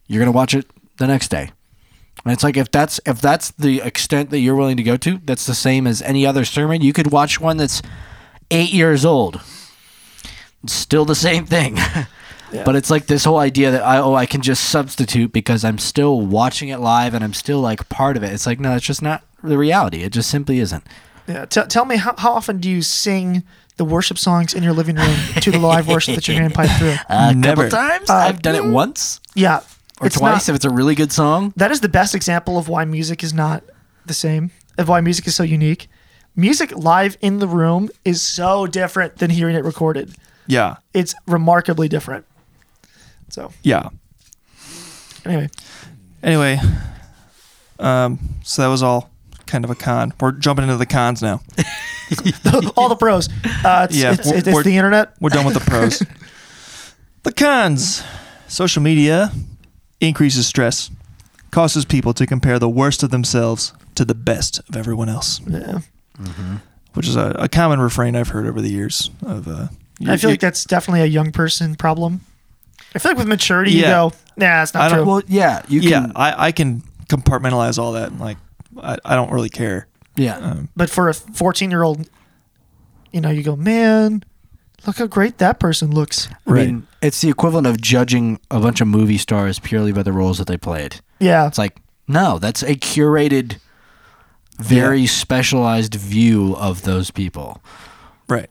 Speaker 2: You're going to watch it the next day, and it's like if that's if that's the extent that you're willing to go to, that's the same as any other sermon. You could watch one that's eight years old. It's still the same thing. But it's like this whole idea that I oh I can just substitute because I'm still watching it live and I'm still like part of it. It's like no, it's just not the reality. It just simply isn't.
Speaker 3: yeah. Tell tell me how, how often do you sing the worship songs in your living room to the live worship that you're hearing pipe through?
Speaker 2: A
Speaker 1: Never.
Speaker 2: couple
Speaker 3: Uh,
Speaker 2: times. I've done it once
Speaker 3: Yeah,
Speaker 2: Uh, or twice
Speaker 3: Not,
Speaker 2: if it's a really good song.
Speaker 3: that is the best example of why music is not the same. Of why music is so unique. Music live in the room is so different than hearing it recorded.
Speaker 1: Yeah.
Speaker 3: It's remarkably different. So
Speaker 1: Yeah.
Speaker 3: anyway,
Speaker 1: Anyway, um, so that was all kind of a con. We're jumping into the cons now.
Speaker 3: all the pros. Uh, it's,
Speaker 1: Yeah,
Speaker 3: it's,
Speaker 1: we're-
Speaker 3: it's,
Speaker 1: we're-
Speaker 3: the internet.
Speaker 1: We're done with the pros. the cons social media increases stress, causes people to compare the worst of themselves to the best of everyone else,
Speaker 3: Yeah.
Speaker 1: which is a, a common refrain I've heard over the years. Of uh,
Speaker 3: I feel like that's definitely a young person problem. I feel like with maturity,
Speaker 1: Yeah.
Speaker 3: you go, nah, it's
Speaker 1: I
Speaker 3: not
Speaker 1: don't-
Speaker 3: true.
Speaker 2: Well, yeah, you
Speaker 1: yeah,
Speaker 2: can.
Speaker 1: I, I can compartmentalize all that. and, Like, I, I don't really care.
Speaker 2: Yeah,
Speaker 3: but for a 14 year old, you know, you go, man, look how great that person looks.
Speaker 2: I mean, it's the equivalent of judging a bunch of movie stars purely by the roles that they played.
Speaker 3: Yeah.
Speaker 2: It's like no, that's a curated, very specialized view of those people.
Speaker 1: Right.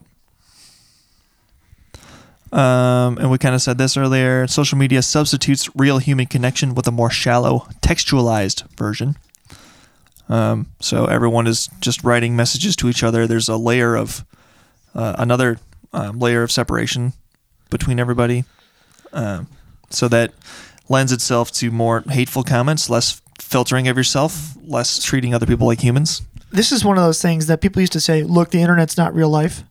Speaker 1: Um, and we kind of said this earlier. Social media substitutes real human connection with a more shallow, textualized version. Um, so everyone is just writing messages to each other. There's a layer of uh, another um, layer of separation between everybody. Um, so that lends itself to more hateful comments, less filtering of yourself, less treating other people like humans.
Speaker 3: this is one of those things that people used to say, look, the internet's not real life.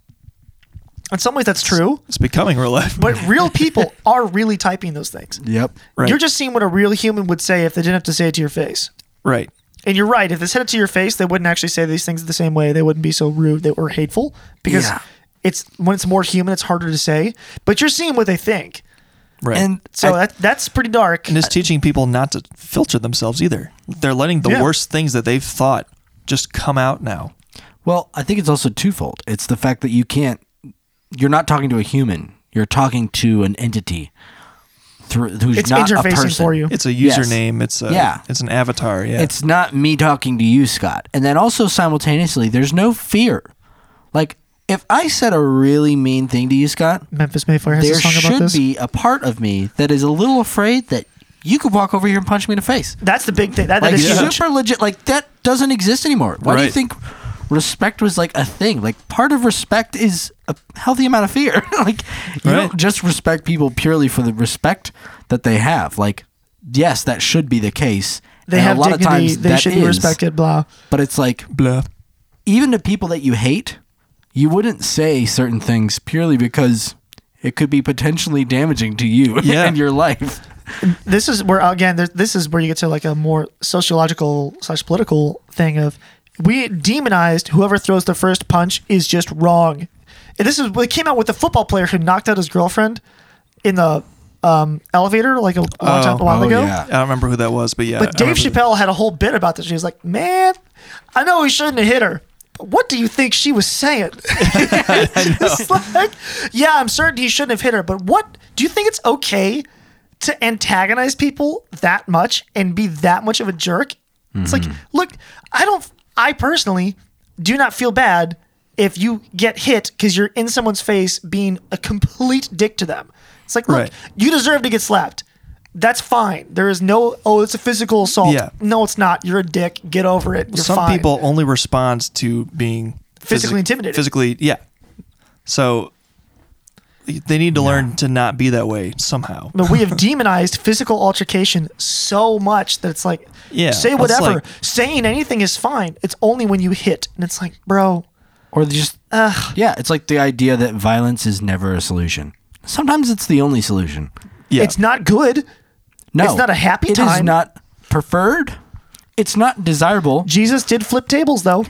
Speaker 3: In some ways, that's true.
Speaker 1: It's becoming real life.
Speaker 3: But real people are really typing those things.
Speaker 2: Yep.
Speaker 1: Right.
Speaker 3: You're just seeing what a real human would say if they didn't have to say it to your face.
Speaker 1: right.
Speaker 3: And you're right. If they said it to your face, they wouldn't actually say these things the same way. They wouldn't be so rude that or hateful because
Speaker 2: Yeah.
Speaker 3: it's when it's more human, it's harder to say. But you're seeing what they think,
Speaker 1: Right.
Speaker 2: And
Speaker 3: so
Speaker 2: I-
Speaker 3: that that's pretty dark.
Speaker 1: And it's teaching people not to filter themselves either. They're letting the
Speaker 3: Yeah.
Speaker 1: worst things that they've thought just come out now.
Speaker 2: Well, I think it's also twofold. It's the fact that you can't. You're not talking to a human. You're talking to an entity, through who's
Speaker 3: It's
Speaker 2: not a person.
Speaker 3: interfacing for you.
Speaker 1: It's a
Speaker 2: Yes.
Speaker 1: username. It's a
Speaker 2: Yeah.
Speaker 1: it's an avatar. Yeah.
Speaker 2: It's not me talking to you, Scott. And then also simultaneously, there's no fear. Like if I said a really mean thing to you, Scott,
Speaker 3: Memphis Mayflower has a
Speaker 2: there
Speaker 3: song about
Speaker 2: should
Speaker 3: this.
Speaker 2: be a part of me that is a little afraid that you could walk over here and punch me in the face.
Speaker 3: That's the big thing. That, that
Speaker 2: Like
Speaker 3: is huge.
Speaker 2: super legit. Like that doesn't exist anymore. Why do you
Speaker 1: Right.
Speaker 2: think respect was like a thing? Like part of respect is a healthy amount of fear. like you
Speaker 1: Right.
Speaker 2: don't just respect people purely for the respect that they have. Like yes, that should be the case.
Speaker 3: They
Speaker 2: and
Speaker 3: have
Speaker 2: a lot
Speaker 3: dignity.
Speaker 2: of times
Speaker 3: they
Speaker 2: that
Speaker 3: should be
Speaker 2: is.
Speaker 3: respected. Blah.
Speaker 2: But it's like
Speaker 1: blah.
Speaker 2: even to people that you hate, you wouldn't say certain things purely because it could be potentially damaging to you
Speaker 1: Yeah.
Speaker 2: and your life.
Speaker 3: This is where again. there- This is where you get to like a more sociological slash political thing of we demonized whoever throws the first punch is just wrong. And this is it came out with the football player who knocked out his girlfriend in the um, elevator like a, long time, a while
Speaker 2: oh,
Speaker 3: ago.
Speaker 2: yeah.
Speaker 1: I don't remember who that was, but yeah. I
Speaker 3: But Dave
Speaker 1: remember-
Speaker 3: Chappelle had a whole bit about this. He was like, "Man, I know he shouldn't have hit her, but what do you think she was saying?" it's like, yeah, I'm certain he shouldn't have hit her, but what do you think it's okay to antagonize people that much and be that much of a jerk? It's like,
Speaker 1: Mm-hmm.
Speaker 3: look, I don't. I personally do not feel bad if you get hit because you're in someone's face being a complete dick to them. It's like, look,
Speaker 1: Right.
Speaker 3: you deserve to get slapped. That's fine. There is no, oh, it's a physical assault.
Speaker 1: Yeah.
Speaker 3: No, it's not. You're a dick. Get over it. You're
Speaker 1: some
Speaker 3: fine.
Speaker 1: people only respond to being
Speaker 3: Physically intimidated.
Speaker 1: Physically, yeah. So they need to learn to not be that way somehow.
Speaker 3: But we have demonized physical altercation so much that it's like,
Speaker 1: Yeah,
Speaker 3: say
Speaker 1: that's
Speaker 3: whatever.
Speaker 1: like-
Speaker 3: Saying anything is fine. It's only when you hit. And it's like, bro,
Speaker 2: or they just yeah it's like the idea that violence is never a solution sometimes it's the only solution
Speaker 1: Yeah,
Speaker 3: it's not good.
Speaker 2: no
Speaker 3: It's not a happy
Speaker 2: it is
Speaker 3: time.
Speaker 2: not preferred it's not desirable
Speaker 3: Jesus did flip tables, though.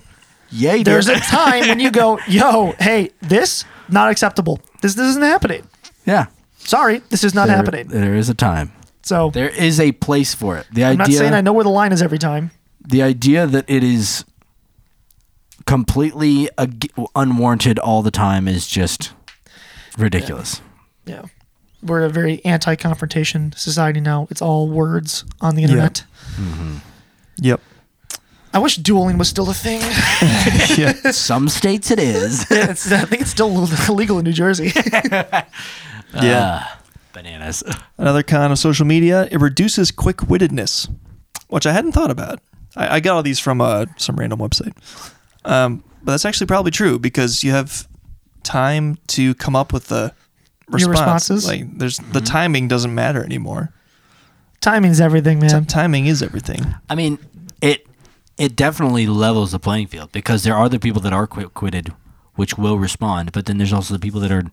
Speaker 2: yay
Speaker 3: There's a time when you go, yo, hey, this, not acceptable. This, this isn't happening.
Speaker 2: yeah
Speaker 3: Sorry, this is not
Speaker 2: There-
Speaker 3: happening.
Speaker 2: there is a time
Speaker 3: So
Speaker 2: there is a place for it the
Speaker 3: I'm not
Speaker 2: idea
Speaker 3: saying I know where the line is every time.
Speaker 2: the idea that it is completely ag- unwarranted all the time is just ridiculous.
Speaker 3: Yeah. We're a very anti confrontation society now. It's all words on the internet.
Speaker 1: Yep.
Speaker 3: I wish dueling was still a thing.
Speaker 1: Yeah.
Speaker 2: Some states it is.
Speaker 3: It's- I think it's still illegal in New Jersey.
Speaker 1: yeah.
Speaker 2: Ah, Bananas.
Speaker 1: Another con of social media, it reduces quick wittedness, which I hadn't thought about. I, I got all these from uh, some random website. Um, but that's actually probably true because you have time to come up with the response.
Speaker 3: Your responses?
Speaker 1: Like there's the timing doesn't matter anymore.
Speaker 3: Timing's everything,
Speaker 1: T-
Speaker 3: man.
Speaker 1: timing is everything.
Speaker 2: I mean, it it definitely levels the playing field because there are the people that are quick quitted, which will respond, but then there's also the people that are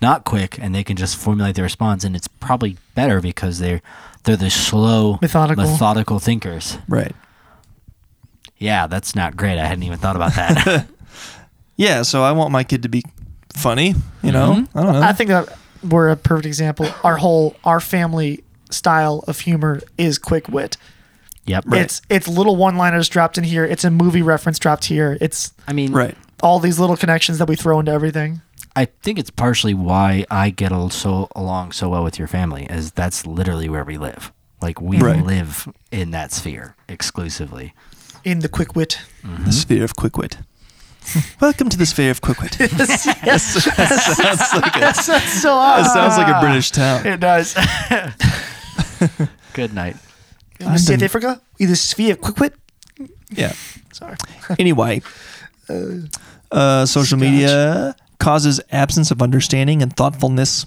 Speaker 2: not quick and they can just formulate their response, and it's probably better because they're they're the slow
Speaker 3: Methodical.
Speaker 2: methodical thinkers.
Speaker 1: Right.
Speaker 2: Yeah, that's not great. I hadn't even thought about that.
Speaker 1: Yeah, so I want my kid to be funny, you know? I don't know.
Speaker 3: I think that we're a perfect example. Our whole, our family style of humor is quick wit.
Speaker 2: yep.
Speaker 3: It's it's little one liners dropped in here. It's a movie reference dropped here. It's
Speaker 2: I mean,
Speaker 1: right.
Speaker 3: all these little connections that we throw into everything.
Speaker 2: I think it's partially why I get al- so along so well with your family, is that's literally where we live. Like we
Speaker 1: Right.
Speaker 2: live in that sphere exclusively.
Speaker 3: In the quick wit.
Speaker 1: The sphere of quick wit. Welcome to the sphere of quick wit. that
Speaker 3: yes, yes,
Speaker 1: sounds like a,
Speaker 3: that's, that's so uh, odd.
Speaker 1: that sounds like
Speaker 3: Ah.
Speaker 1: a British town.
Speaker 3: It does.
Speaker 2: Good night.
Speaker 1: I'm
Speaker 3: South
Speaker 1: done.
Speaker 3: Africa, either sphere of quick wit.
Speaker 1: Yeah.
Speaker 3: Sorry.
Speaker 1: anyway, uh, social media causes absence of understanding and thoughtfulness,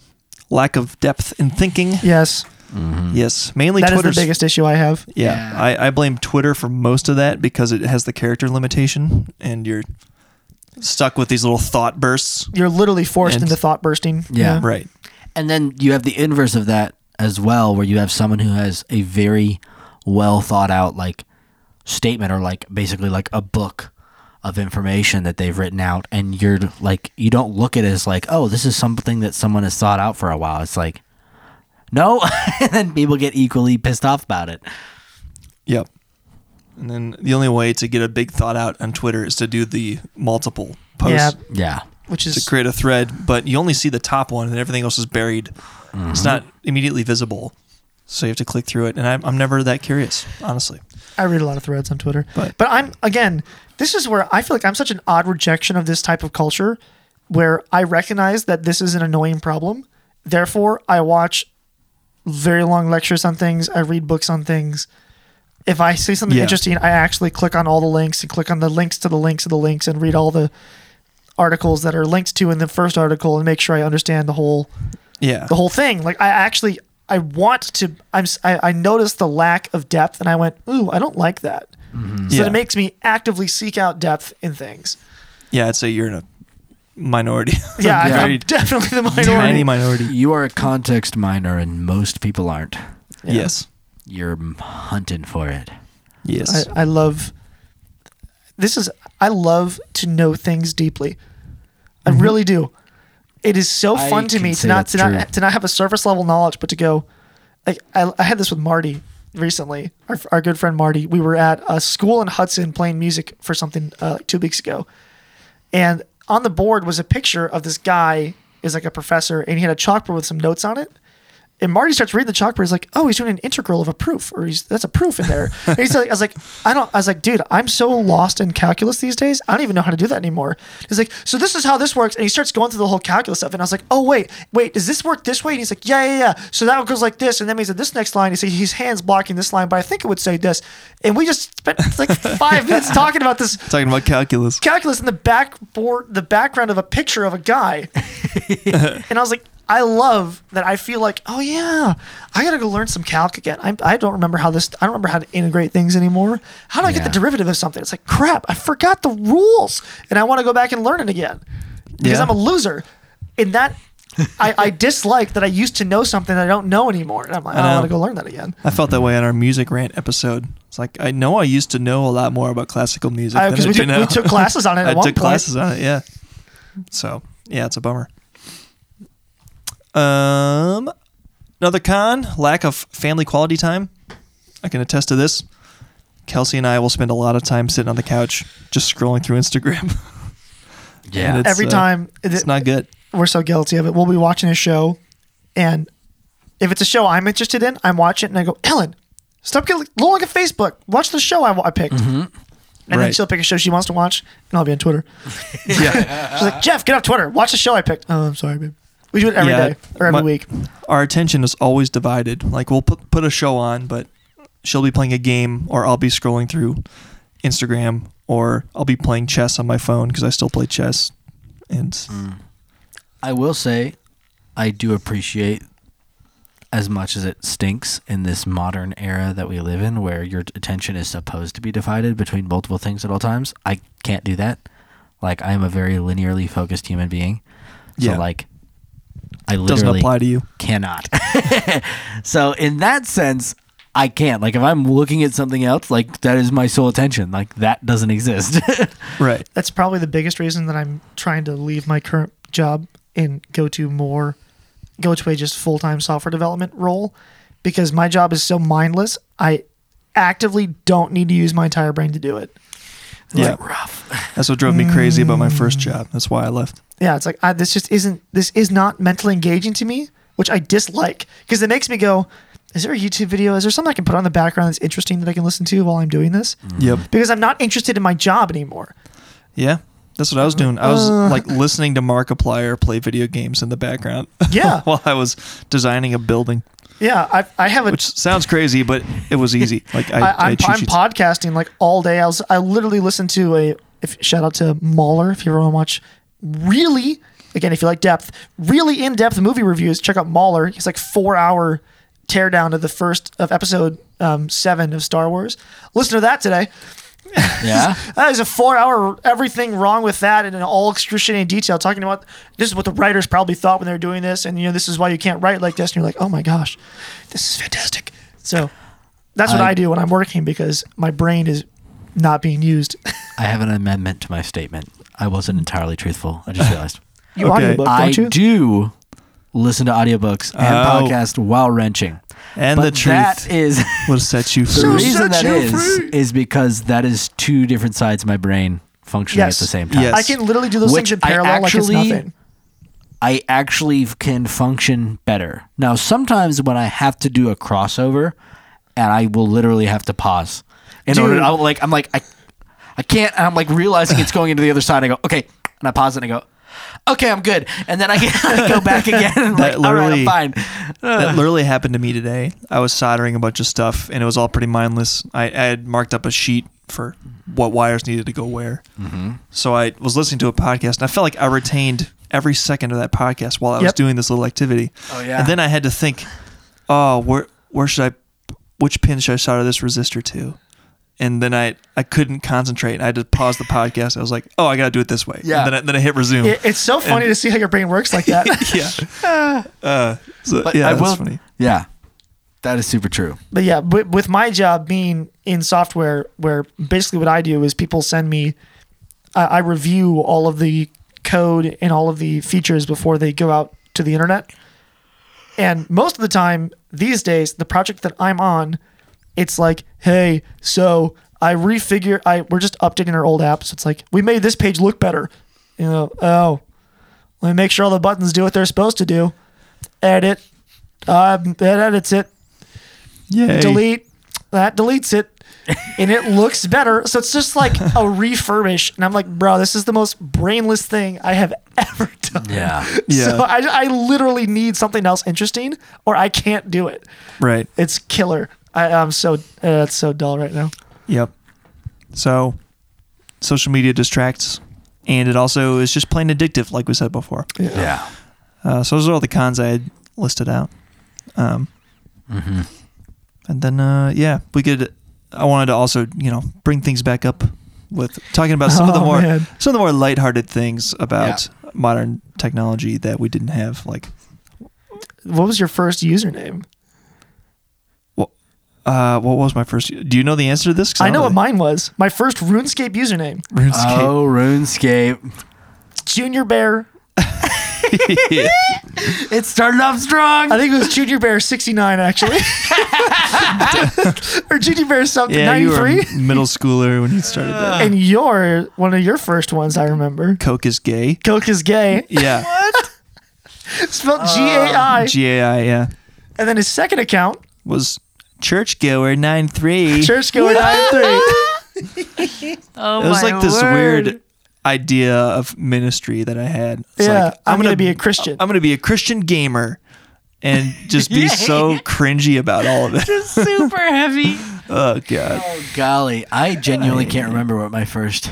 Speaker 1: lack of depth in thinking.
Speaker 3: Yes,
Speaker 1: Yes, mainly
Speaker 3: that is
Speaker 1: Twitter.
Speaker 3: the biggest issue I have.
Speaker 1: Yeah,
Speaker 2: Yeah.
Speaker 1: I, I blame Twitter for most of that because it has the character limitation, and you're stuck with these little thought bursts.
Speaker 3: You're literally forced
Speaker 1: And-
Speaker 3: into thought bursting.
Speaker 2: Yeah.
Speaker 1: Right.
Speaker 2: And then you have the inverse of that as well, where you have someone who has a very well thought out like statement or like basically like a book of information that they've written out and you're like you don't look at it as like, oh, this is something that someone has thought out for a while. It's like no, and then people get equally pissed off about it.
Speaker 1: Yep. And then the only way to get a big thought out on Twitter is to do the multiple posts.
Speaker 3: Yeah.
Speaker 2: Yeah.
Speaker 3: Which
Speaker 1: to
Speaker 3: is
Speaker 1: create a thread, but you only see the top one and everything else is buried.
Speaker 3: Mm-hmm.
Speaker 1: It's not immediately visible. So you have to click through it. And I'm, I'm never that curious, honestly.
Speaker 3: I read a lot of threads on Twitter.
Speaker 1: But-
Speaker 3: But, I'm again, this is where I feel like I'm such an odd rejection of this type of culture where I recognize that this is an annoying problem. Therefore, I watch very long lectures on things, I read books on things. If I see something
Speaker 1: Yeah.
Speaker 3: interesting, I actually click on all the links and click on the links to the links to the links and read all the articles that are linked to in the first article and make sure I understand the whole
Speaker 1: Yeah.
Speaker 3: the whole thing. Like I actually, I want to. I'm. s- I, I noticed the lack of depth, and I went, "Ooh, I don't like that." So
Speaker 1: Yeah.
Speaker 3: it makes me actively seek out depth in things.
Speaker 1: yeah, I'd say you're in a minority.
Speaker 3: Yeah, I'm- I'm
Speaker 1: Very
Speaker 3: definitely the
Speaker 1: tiny
Speaker 3: minority.
Speaker 1: minority.
Speaker 2: You are a context minor and most people aren't.
Speaker 3: Yeah.
Speaker 1: Yes.
Speaker 2: You're hunting for it.
Speaker 1: Yes.
Speaker 3: I, I love. This is. I love to know things deeply. I really do. it is so
Speaker 2: Mm-hmm. I
Speaker 3: fun to
Speaker 2: can
Speaker 3: me
Speaker 2: say
Speaker 3: to not
Speaker 2: that's
Speaker 3: to
Speaker 2: true.
Speaker 3: not to not have a surface level knowledge, but to go. Like I, I had this with Marty recently, our, our good friend Marty. We were at a school in Hudson playing music for something uh, two weeks ago, and on the board was a picture of this guy is like a professor, and he had a chalkboard with some notes on it. And Marty starts reading the chalkboard. He's like, "Oh, he's doing an integral of a proof, or he's that's a proof in there." and he's like, "I was like, I don't." I was like, "Dude, I'm so lost in calculus these days. I don't even know how to do that anymore." He's like, "So this is how this works," and he starts going through the whole calculus stuff. And I was like, "Oh wait, wait, does this work this way?" And he's like, "Yeah, yeah, yeah." So that goes like this, and that means that this next line, he said his hands blocking this line, but I think it would say this. And we just spent like five minutes talking about this
Speaker 1: Talking about calculus.
Speaker 3: calculus in the backboard, the background of a picture of a guy, and I was like, I love that. I feel like, oh yeah, I gotta go learn some calc again. I, I don't remember how this. I don't remember how to integrate things anymore. How do I get the
Speaker 2: Yeah.
Speaker 3: derivative of something? It's like crap. I forgot the rules, and I want to go back and learn it again because
Speaker 1: Yeah.
Speaker 3: I'm a loser. And that I, I dislike that I used to know something I don't know anymore. And I'm like, oh, I
Speaker 1: know.
Speaker 3: want to go learn that again.
Speaker 1: I felt that way on our music rant episode. It's like I know I used to know a lot more about classical music than
Speaker 3: Because
Speaker 1: I
Speaker 3: Uh, we,
Speaker 1: do
Speaker 3: took-
Speaker 1: now.
Speaker 3: we took classes on it. At
Speaker 1: I
Speaker 3: one
Speaker 1: took
Speaker 3: point.
Speaker 1: classes on it. Yeah. So yeah, it's a bummer. Um, another con: lack of family quality time. I can attest to this. Kelsey and I will spend a lot of time sitting on the couch just scrolling through Instagram.
Speaker 2: Yeah.
Speaker 1: And it's-
Speaker 3: Every
Speaker 1: uh,
Speaker 3: time
Speaker 1: it's not good.
Speaker 3: we're so guilty of it. We'll be watching a show, and if it's a show I'm interested in, I'm watching it and I go, Ellen, stop getting look at Facebook. Watch the show I, I picked. And then
Speaker 1: Mm-hmm. Right.
Speaker 3: she'll pick a show she wants to watch, and I'll be on Twitter.
Speaker 1: Yeah.
Speaker 3: She's like, Jeff, get off Twitter. Watch the show I picked. Oh, I'm sorry, babe. We do it every day
Speaker 1: Yeah,
Speaker 3: or every
Speaker 1: my-
Speaker 3: week.
Speaker 1: Our attention is always divided. Like we'll put put a show on, but she'll be playing a game, or I'll be scrolling through Instagram, or I'll be playing chess on my phone because I still play chess. And
Speaker 3: Mm.
Speaker 2: I will say, I do appreciate as much as it stinks in this modern era that we live in, where your attention is supposed to be divided between multiple things at all times. I can't do that. Like I am a very linearly focused human being. So
Speaker 1: Yeah.
Speaker 2: like, I
Speaker 1: it doesn't
Speaker 2: literally
Speaker 1: apply to you.
Speaker 2: cannot. so in that sense, I can't. Like if I'm looking at something else, like that is my sole attention. Like that doesn't exist.
Speaker 1: Right.
Speaker 3: That's probably the biggest reason that I'm trying to leave my current job and go to more, go to a just full time software development role because my job is so mindless. I actively don't need to use my entire brain to do it.
Speaker 1: Yeah.
Speaker 2: rough.
Speaker 1: That's what drove me crazy about my first
Speaker 3: Mm.
Speaker 1: job. That's why I left.
Speaker 3: Yeah, it's like I, this just isn't this is not mentally engaging to me, which I dislike because it makes me go, is there a YouTube video? Is there something I can put on the background that's interesting that I can listen to while I'm doing this?
Speaker 1: Yep.
Speaker 3: Because I'm not interested in my job anymore.
Speaker 1: Yeah. That's what I was doing. I was
Speaker 3: Uh.
Speaker 1: like listening to Markiplier play video games in the background.
Speaker 3: Yeah.
Speaker 1: while I was designing a building,
Speaker 3: Yeah, I, I have a
Speaker 1: which sounds crazy, but it was easy. Like I,
Speaker 3: I,
Speaker 1: I,
Speaker 3: I'm,
Speaker 1: cheat
Speaker 3: I'm
Speaker 1: sheets.
Speaker 3: podcasting like all day. I was I literally listened to a if shout out to Mahler if you ever want to watch really again if you like depth really in depth movie reviews check out Mahler. He's like four hour teardown of the first of episode um, seven of Star Wars. Listen to that today.
Speaker 2: Yeah.
Speaker 3: That is a four hour everything wrong with that and in all excruciating detail talking about this is what the writers probably thought when they were doing this and you know this is why you can't write like this and you're like oh my gosh this is fantastic so that's what I,
Speaker 2: I-
Speaker 3: do when I'm working because my brain is not being used
Speaker 2: I have an amendment to my statement. I wasn't entirely truthful. I just realized.
Speaker 3: you
Speaker 1: Okay.
Speaker 3: audiobook Oh, don't
Speaker 2: I
Speaker 3: you
Speaker 2: do listen to audiobooks and
Speaker 1: Oh.
Speaker 2: podcasts while wrenching.
Speaker 1: and the
Speaker 2: but
Speaker 1: truth
Speaker 2: that is
Speaker 1: will set you
Speaker 2: the
Speaker 1: free.
Speaker 2: reason
Speaker 3: set
Speaker 2: that
Speaker 3: you
Speaker 2: is
Speaker 3: free.
Speaker 2: is because that is two different sides of my brain functioning
Speaker 3: Yes.
Speaker 2: at the same time.
Speaker 1: Yes.
Speaker 3: I can literally do those
Speaker 2: Which
Speaker 3: things in
Speaker 2: I
Speaker 3: parallel like
Speaker 2: actually-
Speaker 3: it's nothing
Speaker 2: I actually f- can function better. Now, sometimes when I have to do a crossover, and I will literally have to pause in
Speaker 3: Dude.
Speaker 2: order. I'm like, I'm like, I, I can't. And I'm like realizing it's going into the other side. I go, okay, and I pause it and I go, okay, I'm good. And then I, I go back again. And
Speaker 1: That
Speaker 2: like, all right,
Speaker 1: literally-
Speaker 2: I'm fine.
Speaker 1: that literally happened to me today. I was soldering a bunch of stuff, and it was all pretty mindless. I, I had marked up a sheet for what wires needed to go where. Mm-hmm. So I was listening to a podcast, and I felt like I retained every second of that podcast while I was
Speaker 3: Yep.
Speaker 1: doing this little activity.
Speaker 2: Oh, yeah.
Speaker 1: And then I had to think, oh, where where should I, which pin should I solder this resistor to? And then I, I couldn't concentrate. and I had to pause the podcast. I was like, oh, I got to do it this way.
Speaker 2: Yeah.
Speaker 1: And then I, then I hit resume.
Speaker 3: It- it's so funny to see how your brain works like that
Speaker 1: yeah. Uh, so,
Speaker 2: But
Speaker 1: yeah,
Speaker 2: I
Speaker 1: that's
Speaker 2: will.
Speaker 1: funny.
Speaker 2: Yeah, that is super true.
Speaker 3: But yeah, with, with my job being in software, where basically what I do is people send me, I, I review all of the code and all of the features before they go out to the internet. And most of the time these days, the project that I'm on, it's like, hey, so I refigure I we're just updating our old app. So it's like, we made this page look better. You know, oh. Let me make sure all the buttons do what they're supposed to do. Edit. Um, that edits it.
Speaker 1: Yeah.
Speaker 3: Delete. That deletes it. and it looks better. So it's just like a refurbish. And I'm like, bro, this is the most brainless thing I have ever done.
Speaker 2: Yeah.
Speaker 1: Yeah.
Speaker 3: So I, I literally need something else interesting or I can't do it.
Speaker 1: Right.
Speaker 3: It's killer. I, I'm so, uh, it's so dull right now.
Speaker 1: Yep. So social media distracts and it also is just plain addictive, like we said before.
Speaker 2: Yeah.
Speaker 1: Uh, so those are all the cons I had listed out. Um, And then, uh, yeah, we could. I wanted to also, you know, bring things back up with talking about some of the
Speaker 3: Oh,
Speaker 1: more
Speaker 3: man.
Speaker 1: some of the more lighthearted things about modern technology that we didn't have. Like,
Speaker 3: What was your first username?
Speaker 1: uh, what was my first? Do you know the answer to this? 'Cause
Speaker 3: I know what Uh,
Speaker 1: don't
Speaker 3: mine was. My first RuneScape username,
Speaker 1: really- RuneScape.
Speaker 2: Oh, RuneScape.
Speaker 3: Junior Bear.
Speaker 2: It started off strong.
Speaker 3: I think it was Junior Bear 69, actually. or Junior Bear something,
Speaker 1: yeah, you were
Speaker 3: 93.
Speaker 1: a middle schooler when you started that.
Speaker 3: And your, one of your first ones, I remember.
Speaker 1: Coke is gay.
Speaker 3: Coke is gay.
Speaker 1: Yeah. Uh,
Speaker 3: Spelled G A I.
Speaker 1: GAI, yeah,
Speaker 3: And then his second account,
Speaker 1: was churchgoer nine three.
Speaker 3: Churchgoer 93.
Speaker 1: it was like this weird idea of ministry that I had. It's
Speaker 3: Yeah,
Speaker 1: like,
Speaker 3: I'm gonna be a Christian.
Speaker 1: I'm gonna be a Christian gamer, and just be
Speaker 2: Yeah.
Speaker 1: so cringy about all of it.
Speaker 4: super heavy.
Speaker 1: Oh god,
Speaker 2: Oh, golly. I genuinely can't remember what my first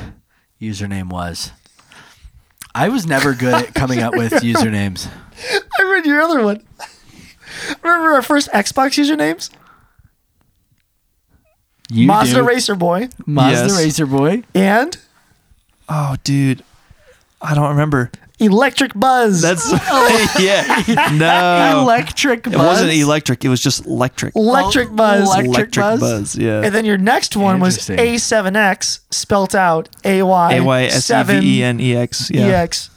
Speaker 2: username was. I was never good at coming up with usernames.
Speaker 3: I read your other one. Remember our first Xbox usernames?
Speaker 2: You
Speaker 3: Mazda
Speaker 2: do.
Speaker 3: Racer Boy
Speaker 2: Mazda
Speaker 1: Yes.
Speaker 2: Racer Boy.
Speaker 3: and
Speaker 1: oh dude, I don't remember.
Speaker 3: Electric Buzz.
Speaker 1: That's
Speaker 3: Oh.
Speaker 1: yeah, no,
Speaker 2: Electric Buzz.
Speaker 1: it wasn't electric. It was just electric.
Speaker 3: Electric Buzz.
Speaker 2: Elec- Electric
Speaker 1: buzz.
Speaker 2: Buzz?
Speaker 3: and
Speaker 1: yeah.
Speaker 3: then your next one was
Speaker 2: Interesting.
Speaker 3: A7X, spelt out A Y
Speaker 1: A y s e v e n e x. Yeah,
Speaker 3: EX.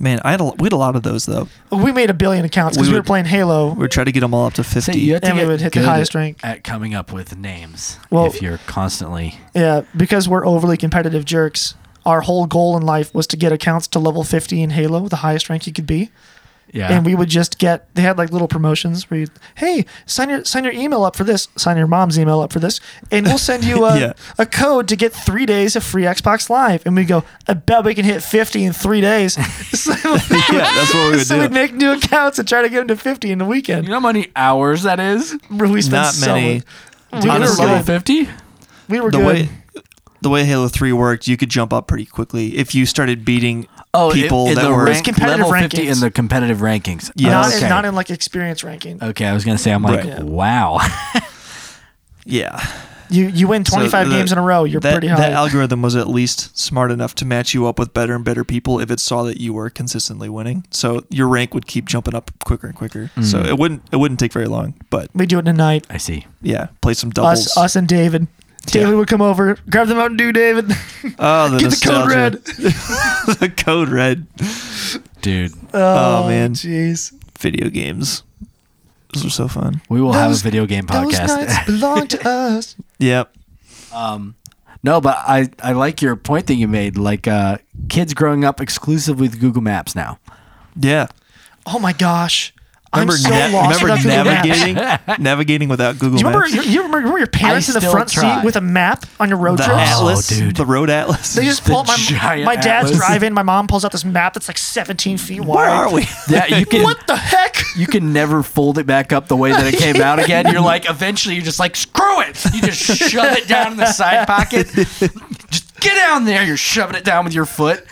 Speaker 1: man, I had a, we had a lot of those though.
Speaker 3: We made a billion accounts
Speaker 1: We
Speaker 3: because we,
Speaker 1: would-
Speaker 3: were playing Halo.
Speaker 1: We were trying to get them all up to
Speaker 2: So
Speaker 1: fifty.
Speaker 2: you have to
Speaker 3: And we
Speaker 2: get
Speaker 3: would hit the
Speaker 2: good
Speaker 3: highest rank.
Speaker 2: at coming up with names.
Speaker 3: Well-
Speaker 2: if you're constantly
Speaker 3: Yeah, because we're overly competitive jerks. Our whole goal in life was to get accounts to level 50 in Halo, the highest rank you could be.
Speaker 2: yeah.
Speaker 3: and we would just get they had like little promotions where you hey sign your sign your email up for this sign your mom's email up for this and we'll send you a,
Speaker 1: Yeah.
Speaker 3: a code to get three days of free xbox live and we go i bet we can hit 50 in three days so,
Speaker 1: yeah, that's what we would
Speaker 3: so
Speaker 1: do.
Speaker 3: we'd make new accounts and try to get them to 50 in the weekend
Speaker 2: you know how many hours that is?
Speaker 3: Bro, we spent
Speaker 1: Not
Speaker 3: so
Speaker 1: many.
Speaker 3: much- we,
Speaker 1: Honestly,
Speaker 3: were
Speaker 2: level
Speaker 3: good.
Speaker 2: fifty.
Speaker 3: we were
Speaker 1: the
Speaker 3: good
Speaker 1: way the way Halo Three worked, you could jump up pretty quickly if you started beating
Speaker 3: Oh,
Speaker 2: Oh,
Speaker 1: people that were
Speaker 3: rank- competitive
Speaker 2: level fifty
Speaker 3: rankings.
Speaker 2: in the competitive rankings.
Speaker 1: Yeah.
Speaker 3: not,
Speaker 1: Yes.
Speaker 3: in, not in like experience ranking
Speaker 2: okay, I was gonna say I'm like,
Speaker 1: Right.
Speaker 2: wow.
Speaker 1: yeah.
Speaker 3: you you win
Speaker 1: So
Speaker 3: 25
Speaker 1: the-
Speaker 3: games in a row you're
Speaker 1: that,
Speaker 3: pretty high
Speaker 1: That algorithm was at least smart enough to match you up with better and better people if it saw that you were consistently winning. So your rank would keep jumping up quicker and quicker. So it wouldn't it wouldn't take very long. But
Speaker 3: we do it in a night
Speaker 2: I see.
Speaker 1: yeah, play some doubles.
Speaker 3: us us and david david would come over grab the mountain dew david
Speaker 1: oh, the
Speaker 3: Get the code
Speaker 1: nostalgia. the code red.
Speaker 2: Dude,
Speaker 1: Oh, man,
Speaker 3: jeez
Speaker 1: video games. Those are so fun.
Speaker 2: we will have
Speaker 3: Those-
Speaker 2: a video game
Speaker 3: Those
Speaker 2: podcast.
Speaker 3: nights belong to us.
Speaker 1: Yep.
Speaker 2: No, but I, I like your point that you made, like uh, kids growing up exclusively with Google Maps now.
Speaker 1: Yeah.
Speaker 3: Oh my gosh.
Speaker 1: Remember,
Speaker 3: I'm so
Speaker 1: na-
Speaker 3: lost
Speaker 1: remember
Speaker 3: without Google Maps.
Speaker 1: navigating navigating without Google
Speaker 3: Do you remember,
Speaker 1: Maps?
Speaker 3: you, you remember, remember your parents
Speaker 2: I
Speaker 3: in the
Speaker 2: still
Speaker 3: front
Speaker 2: try.
Speaker 3: seat with a map on your road
Speaker 1: the
Speaker 3: trips?
Speaker 1: atlas,
Speaker 2: Oh, dude.
Speaker 1: the road atlas.
Speaker 3: They just
Speaker 2: The
Speaker 3: pull up my,
Speaker 2: giant
Speaker 3: my dad's
Speaker 2: atlas.
Speaker 3: drive in. My mom pulls out this map that's like 17 feet wide.
Speaker 1: Where are we?
Speaker 2: Yeah, you can
Speaker 3: What the heck?
Speaker 2: you can never fold it back up the way that it came out again. You're like, eventually, you're just like, screw it. You just shove it down in the side pocket. Just get down there. You're shoving it down with your foot.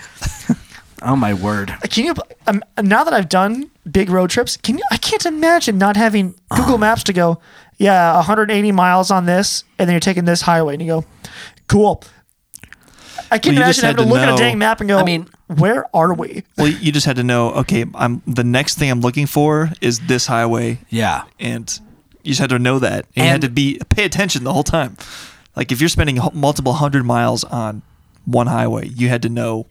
Speaker 2: Oh my word!
Speaker 3: Can you? Um, now that I've done big road trips, can you? I can't imagine not having Google Maps to go. Yeah, 180 miles on this, and then you're taking this highway, and you go, cool. I
Speaker 1: Well,
Speaker 3: can't
Speaker 1: you just
Speaker 3: imagine
Speaker 1: had
Speaker 3: having to
Speaker 1: to
Speaker 3: look at
Speaker 1: know-
Speaker 3: a dang map and go.
Speaker 2: I mean-
Speaker 3: where are we?
Speaker 1: Well, you just had to know. Okay, I'm the next thing I'm looking for is this highway,
Speaker 2: Yeah,
Speaker 1: and you just had to know that. And you had
Speaker 2: And-
Speaker 1: to be pay attention the whole time. Like if you're spending h- multiple hundred miles on one highway, you had to know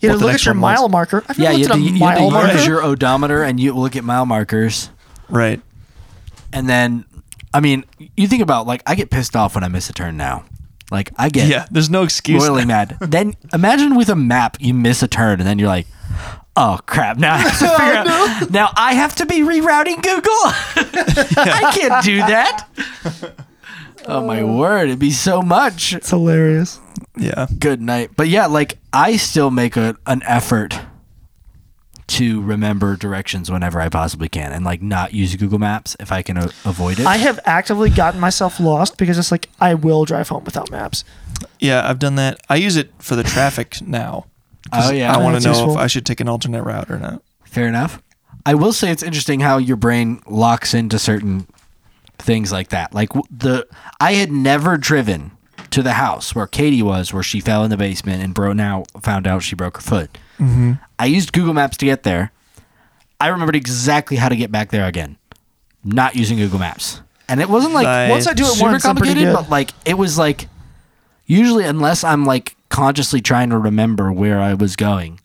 Speaker 3: You had
Speaker 1: what
Speaker 3: to
Speaker 1: the
Speaker 3: look
Speaker 1: next
Speaker 3: at your
Speaker 1: one was.
Speaker 3: mile marker. I've never
Speaker 2: yeah, you
Speaker 3: looked
Speaker 2: had,
Speaker 3: at
Speaker 2: to,
Speaker 3: a
Speaker 2: you had to
Speaker 3: mile
Speaker 2: use
Speaker 3: marker.
Speaker 2: your odometer and you look at mile markers.
Speaker 1: Right.
Speaker 2: And then, I mean, you think about like I get pissed off when I miss a turn now. Like I get
Speaker 1: Yeah. There's no excuse.
Speaker 2: royally mad. Then imagine with a map you miss a turn and then you're like, oh crap! Now I have to figure out. Now I have to be rerouting Google. I can't do that. oh my word! It'd be so much.
Speaker 3: It's hilarious.
Speaker 1: Yeah.
Speaker 2: Good night. But yeah, like I still make a, an effort to remember directions whenever I possibly can and like not use Google Maps if I can a- avoid it.
Speaker 3: I have actively gotten myself lost because it's like I will drive home without maps.
Speaker 1: Yeah. I've done that. I use it for the traffic now. 'cause
Speaker 2: Oh, yeah.
Speaker 1: I want
Speaker 3: That's
Speaker 1: to know
Speaker 3: useful.
Speaker 1: if I should take an alternate route or not.
Speaker 2: Fair enough. I will say it's interesting how your brain locks into certain things like that. Like w- the I had never driven to the house where Katie was, where she fell in the basement and bro now found out she broke her foot. Mm-hmm. I used Google Maps to get there. I remembered exactly how to get back there again, not using Google Maps. And it wasn't like
Speaker 1: Nice.
Speaker 2: once I do it
Speaker 3: Super
Speaker 2: once, I'm pretty
Speaker 3: complicated,
Speaker 2: good. but like it was like usually unless I'm like consciously trying to remember where I was going.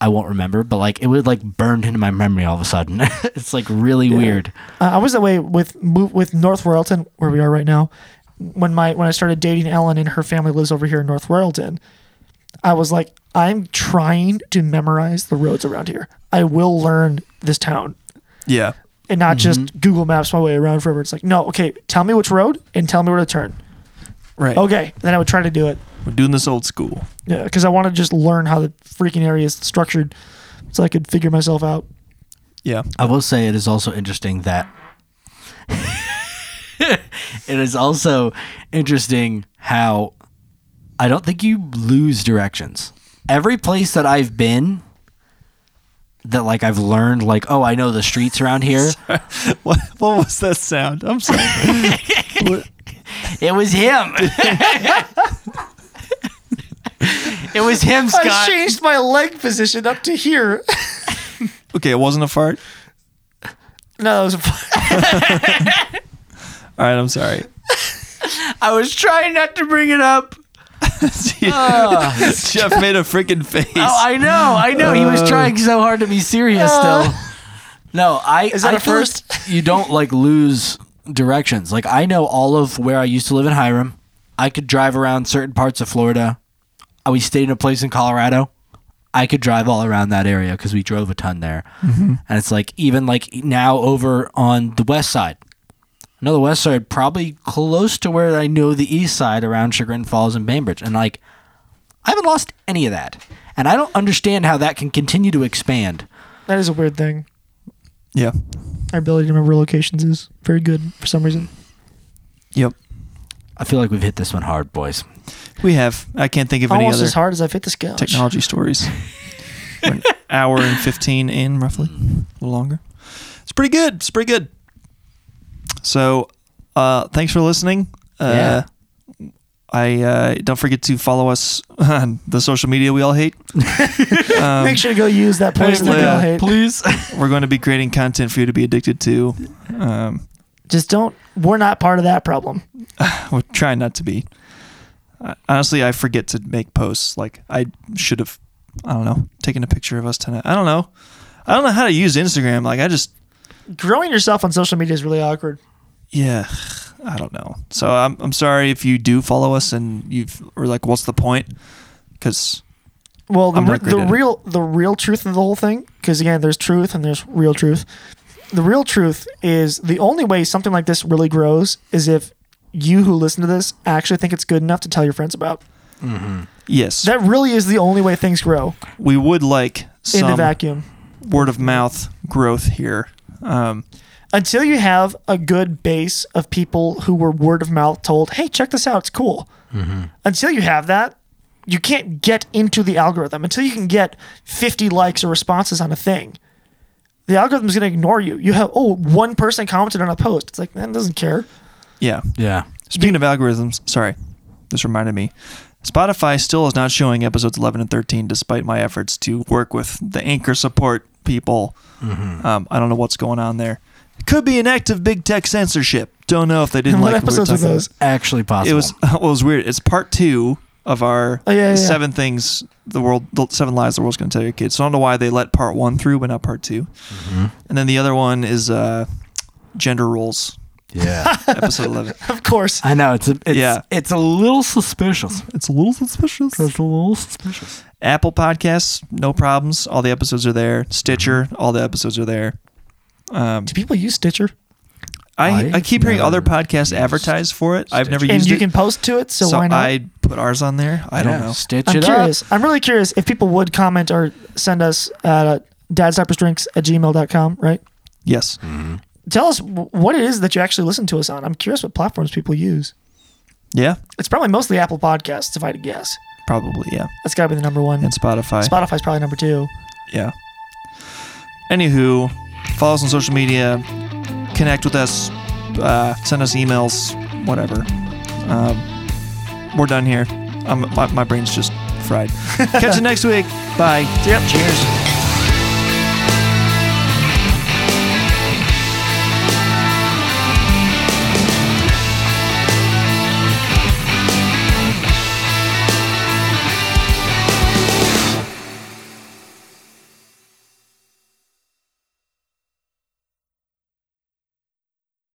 Speaker 2: I won't remember, but like it would like burned into my memory all of a sudden. it's like really weird.
Speaker 3: Uh, I was that way with mo- with North Royalton, where we are right now. When my when I started dating Ellen and her family lives over here in North Royalton, I was like, I'm trying to memorize the roads around here. I will learn this town
Speaker 1: Yeah.
Speaker 3: and not just Google Maps my way around forever. It's like, no, okay, tell me which road and tell me where to turn.
Speaker 1: Right.
Speaker 3: Okay, then I would try to do it.
Speaker 1: We're doing this old school.
Speaker 3: Yeah, because I want to just learn how the freaking area is structured, so I could figure myself out.
Speaker 1: Yeah.
Speaker 2: I will say it is also interesting that it is also interesting how I don't think you lose directions. Every place that I've been that like I've learned like oh I know the streets around here.
Speaker 1: What, what was that sound? I'm sorry. What-
Speaker 2: It was him. it was him, Scott.
Speaker 3: I changed my leg position up to here.
Speaker 1: okay. It wasn't a fart.
Speaker 3: no, that was a.
Speaker 1: All right. I'm sorry.
Speaker 2: I was trying not to bring it up.
Speaker 1: Ah. Jeff made a freaking face.
Speaker 2: Oh, I know, I know. he was trying so hard to be serious.
Speaker 3: Uh.
Speaker 2: still, no, I.
Speaker 3: Is that
Speaker 2: I
Speaker 3: a
Speaker 2: feel like you don't like lose directions. Like I know all of where I used to live in Hiram. I could drive around certain parts of Florida. Uh, We stayed in a place in Colorado. I could drive all around that area because we drove a ton there.
Speaker 3: Mm-hmm.
Speaker 2: And it's like even like now over on the west side. I know the west side probably close to where I know the east side around Chagrin Falls and Bainbridge. And like I haven't lost any of that. And I don't understand how that can continue to expand.
Speaker 3: That is a weird thing.
Speaker 1: yeah.
Speaker 3: Our ability to remember locations is very good for some reason.
Speaker 1: Yep.
Speaker 2: I feel like we've hit this one hard, boys.
Speaker 1: We have. I can't think of any
Speaker 3: Almost
Speaker 1: other
Speaker 3: as hard as I've hit this couch.
Speaker 1: technology stories. We're an hour and 15 in, roughly. A little longer. It's pretty good. It's pretty good. So, uh, thanks for listening. Uh, I uh, don't forget to follow us on the social media we all hate.
Speaker 3: Make sure to go use that place that
Speaker 1: Leah,
Speaker 3: y'all hate.
Speaker 2: please.
Speaker 1: We're going to be creating content for you to be addicted to. Um,
Speaker 3: Just don't. We're not part of that problem.
Speaker 1: We're trying not to be. Uh, honestly, I forget to make posts. Like I should have, I don't know, taken a picture of us tonight. I don't know. I don't know how to use Instagram. Like I just,
Speaker 3: Growing yourself on social media is really awkward.
Speaker 1: yeah, I don't know. So I'm, I'm sorry if you do follow us and you've or like, what's the point? Because
Speaker 3: Well, the,
Speaker 1: I'm not
Speaker 3: re-
Speaker 1: great
Speaker 3: the
Speaker 1: at it.
Speaker 3: real the real truth of the whole thing, because again, there's truth and there's real truth. The real truth is the only way something like this really grows is if you who listen to this actually think it's good enough to tell your friends about.
Speaker 1: yes,
Speaker 3: That really is the only way things grow
Speaker 1: we would like
Speaker 3: in the
Speaker 1: some
Speaker 3: vacuum.
Speaker 1: word of mouth growth here. Um,
Speaker 3: until you have a good base of people who were word of mouth told, hey, check this out, it's cool.
Speaker 1: Mm-hmm.
Speaker 3: Until you have that, you can't get into the algorithm. Until you can get 50 likes or responses on a thing, the algorithm's going to ignore you. You have, oh, one person commented on a post. It's like, man, it doesn't care.
Speaker 1: yeah.
Speaker 2: yeah.
Speaker 1: Speaking of algorithms, sorry, this reminded me. Spotify still is not showing episodes 11 and 13 despite my efforts to work with the anchor support people. Um, I don't know what's going on there. It could be an act of big tech censorship. Don't know if they didn't
Speaker 3: And what
Speaker 1: like we were
Speaker 3: episodes were
Speaker 1: talking about.
Speaker 3: those?
Speaker 2: Actually possible.
Speaker 1: It was well, it was weird. It's part two of our
Speaker 3: Oh, yeah, yeah, yeah.
Speaker 1: seven things the world, the seven lies the world's going to tell your kids. So I don't know why they let part one through, but not part 2 And then the other one is uh, gender roles,
Speaker 2: Yeah.
Speaker 1: episode eleven.
Speaker 3: Of course.
Speaker 2: I know it's a it's,
Speaker 1: Yeah.
Speaker 2: it's a little suspicious.
Speaker 1: It's a little suspicious.
Speaker 2: It's a little suspicious.
Speaker 1: Apple Podcasts, no problems. All the episodes are there. Stitcher, all the episodes are there. Um,
Speaker 3: Do people use Stitcher?
Speaker 1: I,
Speaker 2: I've
Speaker 1: I keep hearing other
Speaker 2: never
Speaker 1: podcasts
Speaker 2: used
Speaker 1: advertise for it. I've never
Speaker 2: Stitcher.
Speaker 3: And
Speaker 1: used
Speaker 3: you
Speaker 1: it,
Speaker 3: can post to it, so,
Speaker 1: so
Speaker 3: why not?
Speaker 1: I put ours on there. I don't know.
Speaker 2: Stitch
Speaker 3: I'm
Speaker 2: it
Speaker 3: curious.
Speaker 2: up.
Speaker 3: I'm really curious if people would comment or send us at dadsdappersdrinks at gmail.com, right?
Speaker 1: Yes,
Speaker 3: Tell us wh- what it is that you actually listen to us on. I'm curious what platforms people use.
Speaker 1: yeah,
Speaker 3: It's probably mostly Apple Podcasts, if I had to guess.
Speaker 1: probably yeah,
Speaker 3: That's got to be the number one.
Speaker 1: and Spotify.
Speaker 3: Spotify's probably number two.
Speaker 1: Yeah. Anywho, follow us on social media, connect with us, uh, send us emails, whatever. Um, we're done here. I'm, my, my brain's just fried. Catch you next week. Bye.
Speaker 3: Yep. Cheers.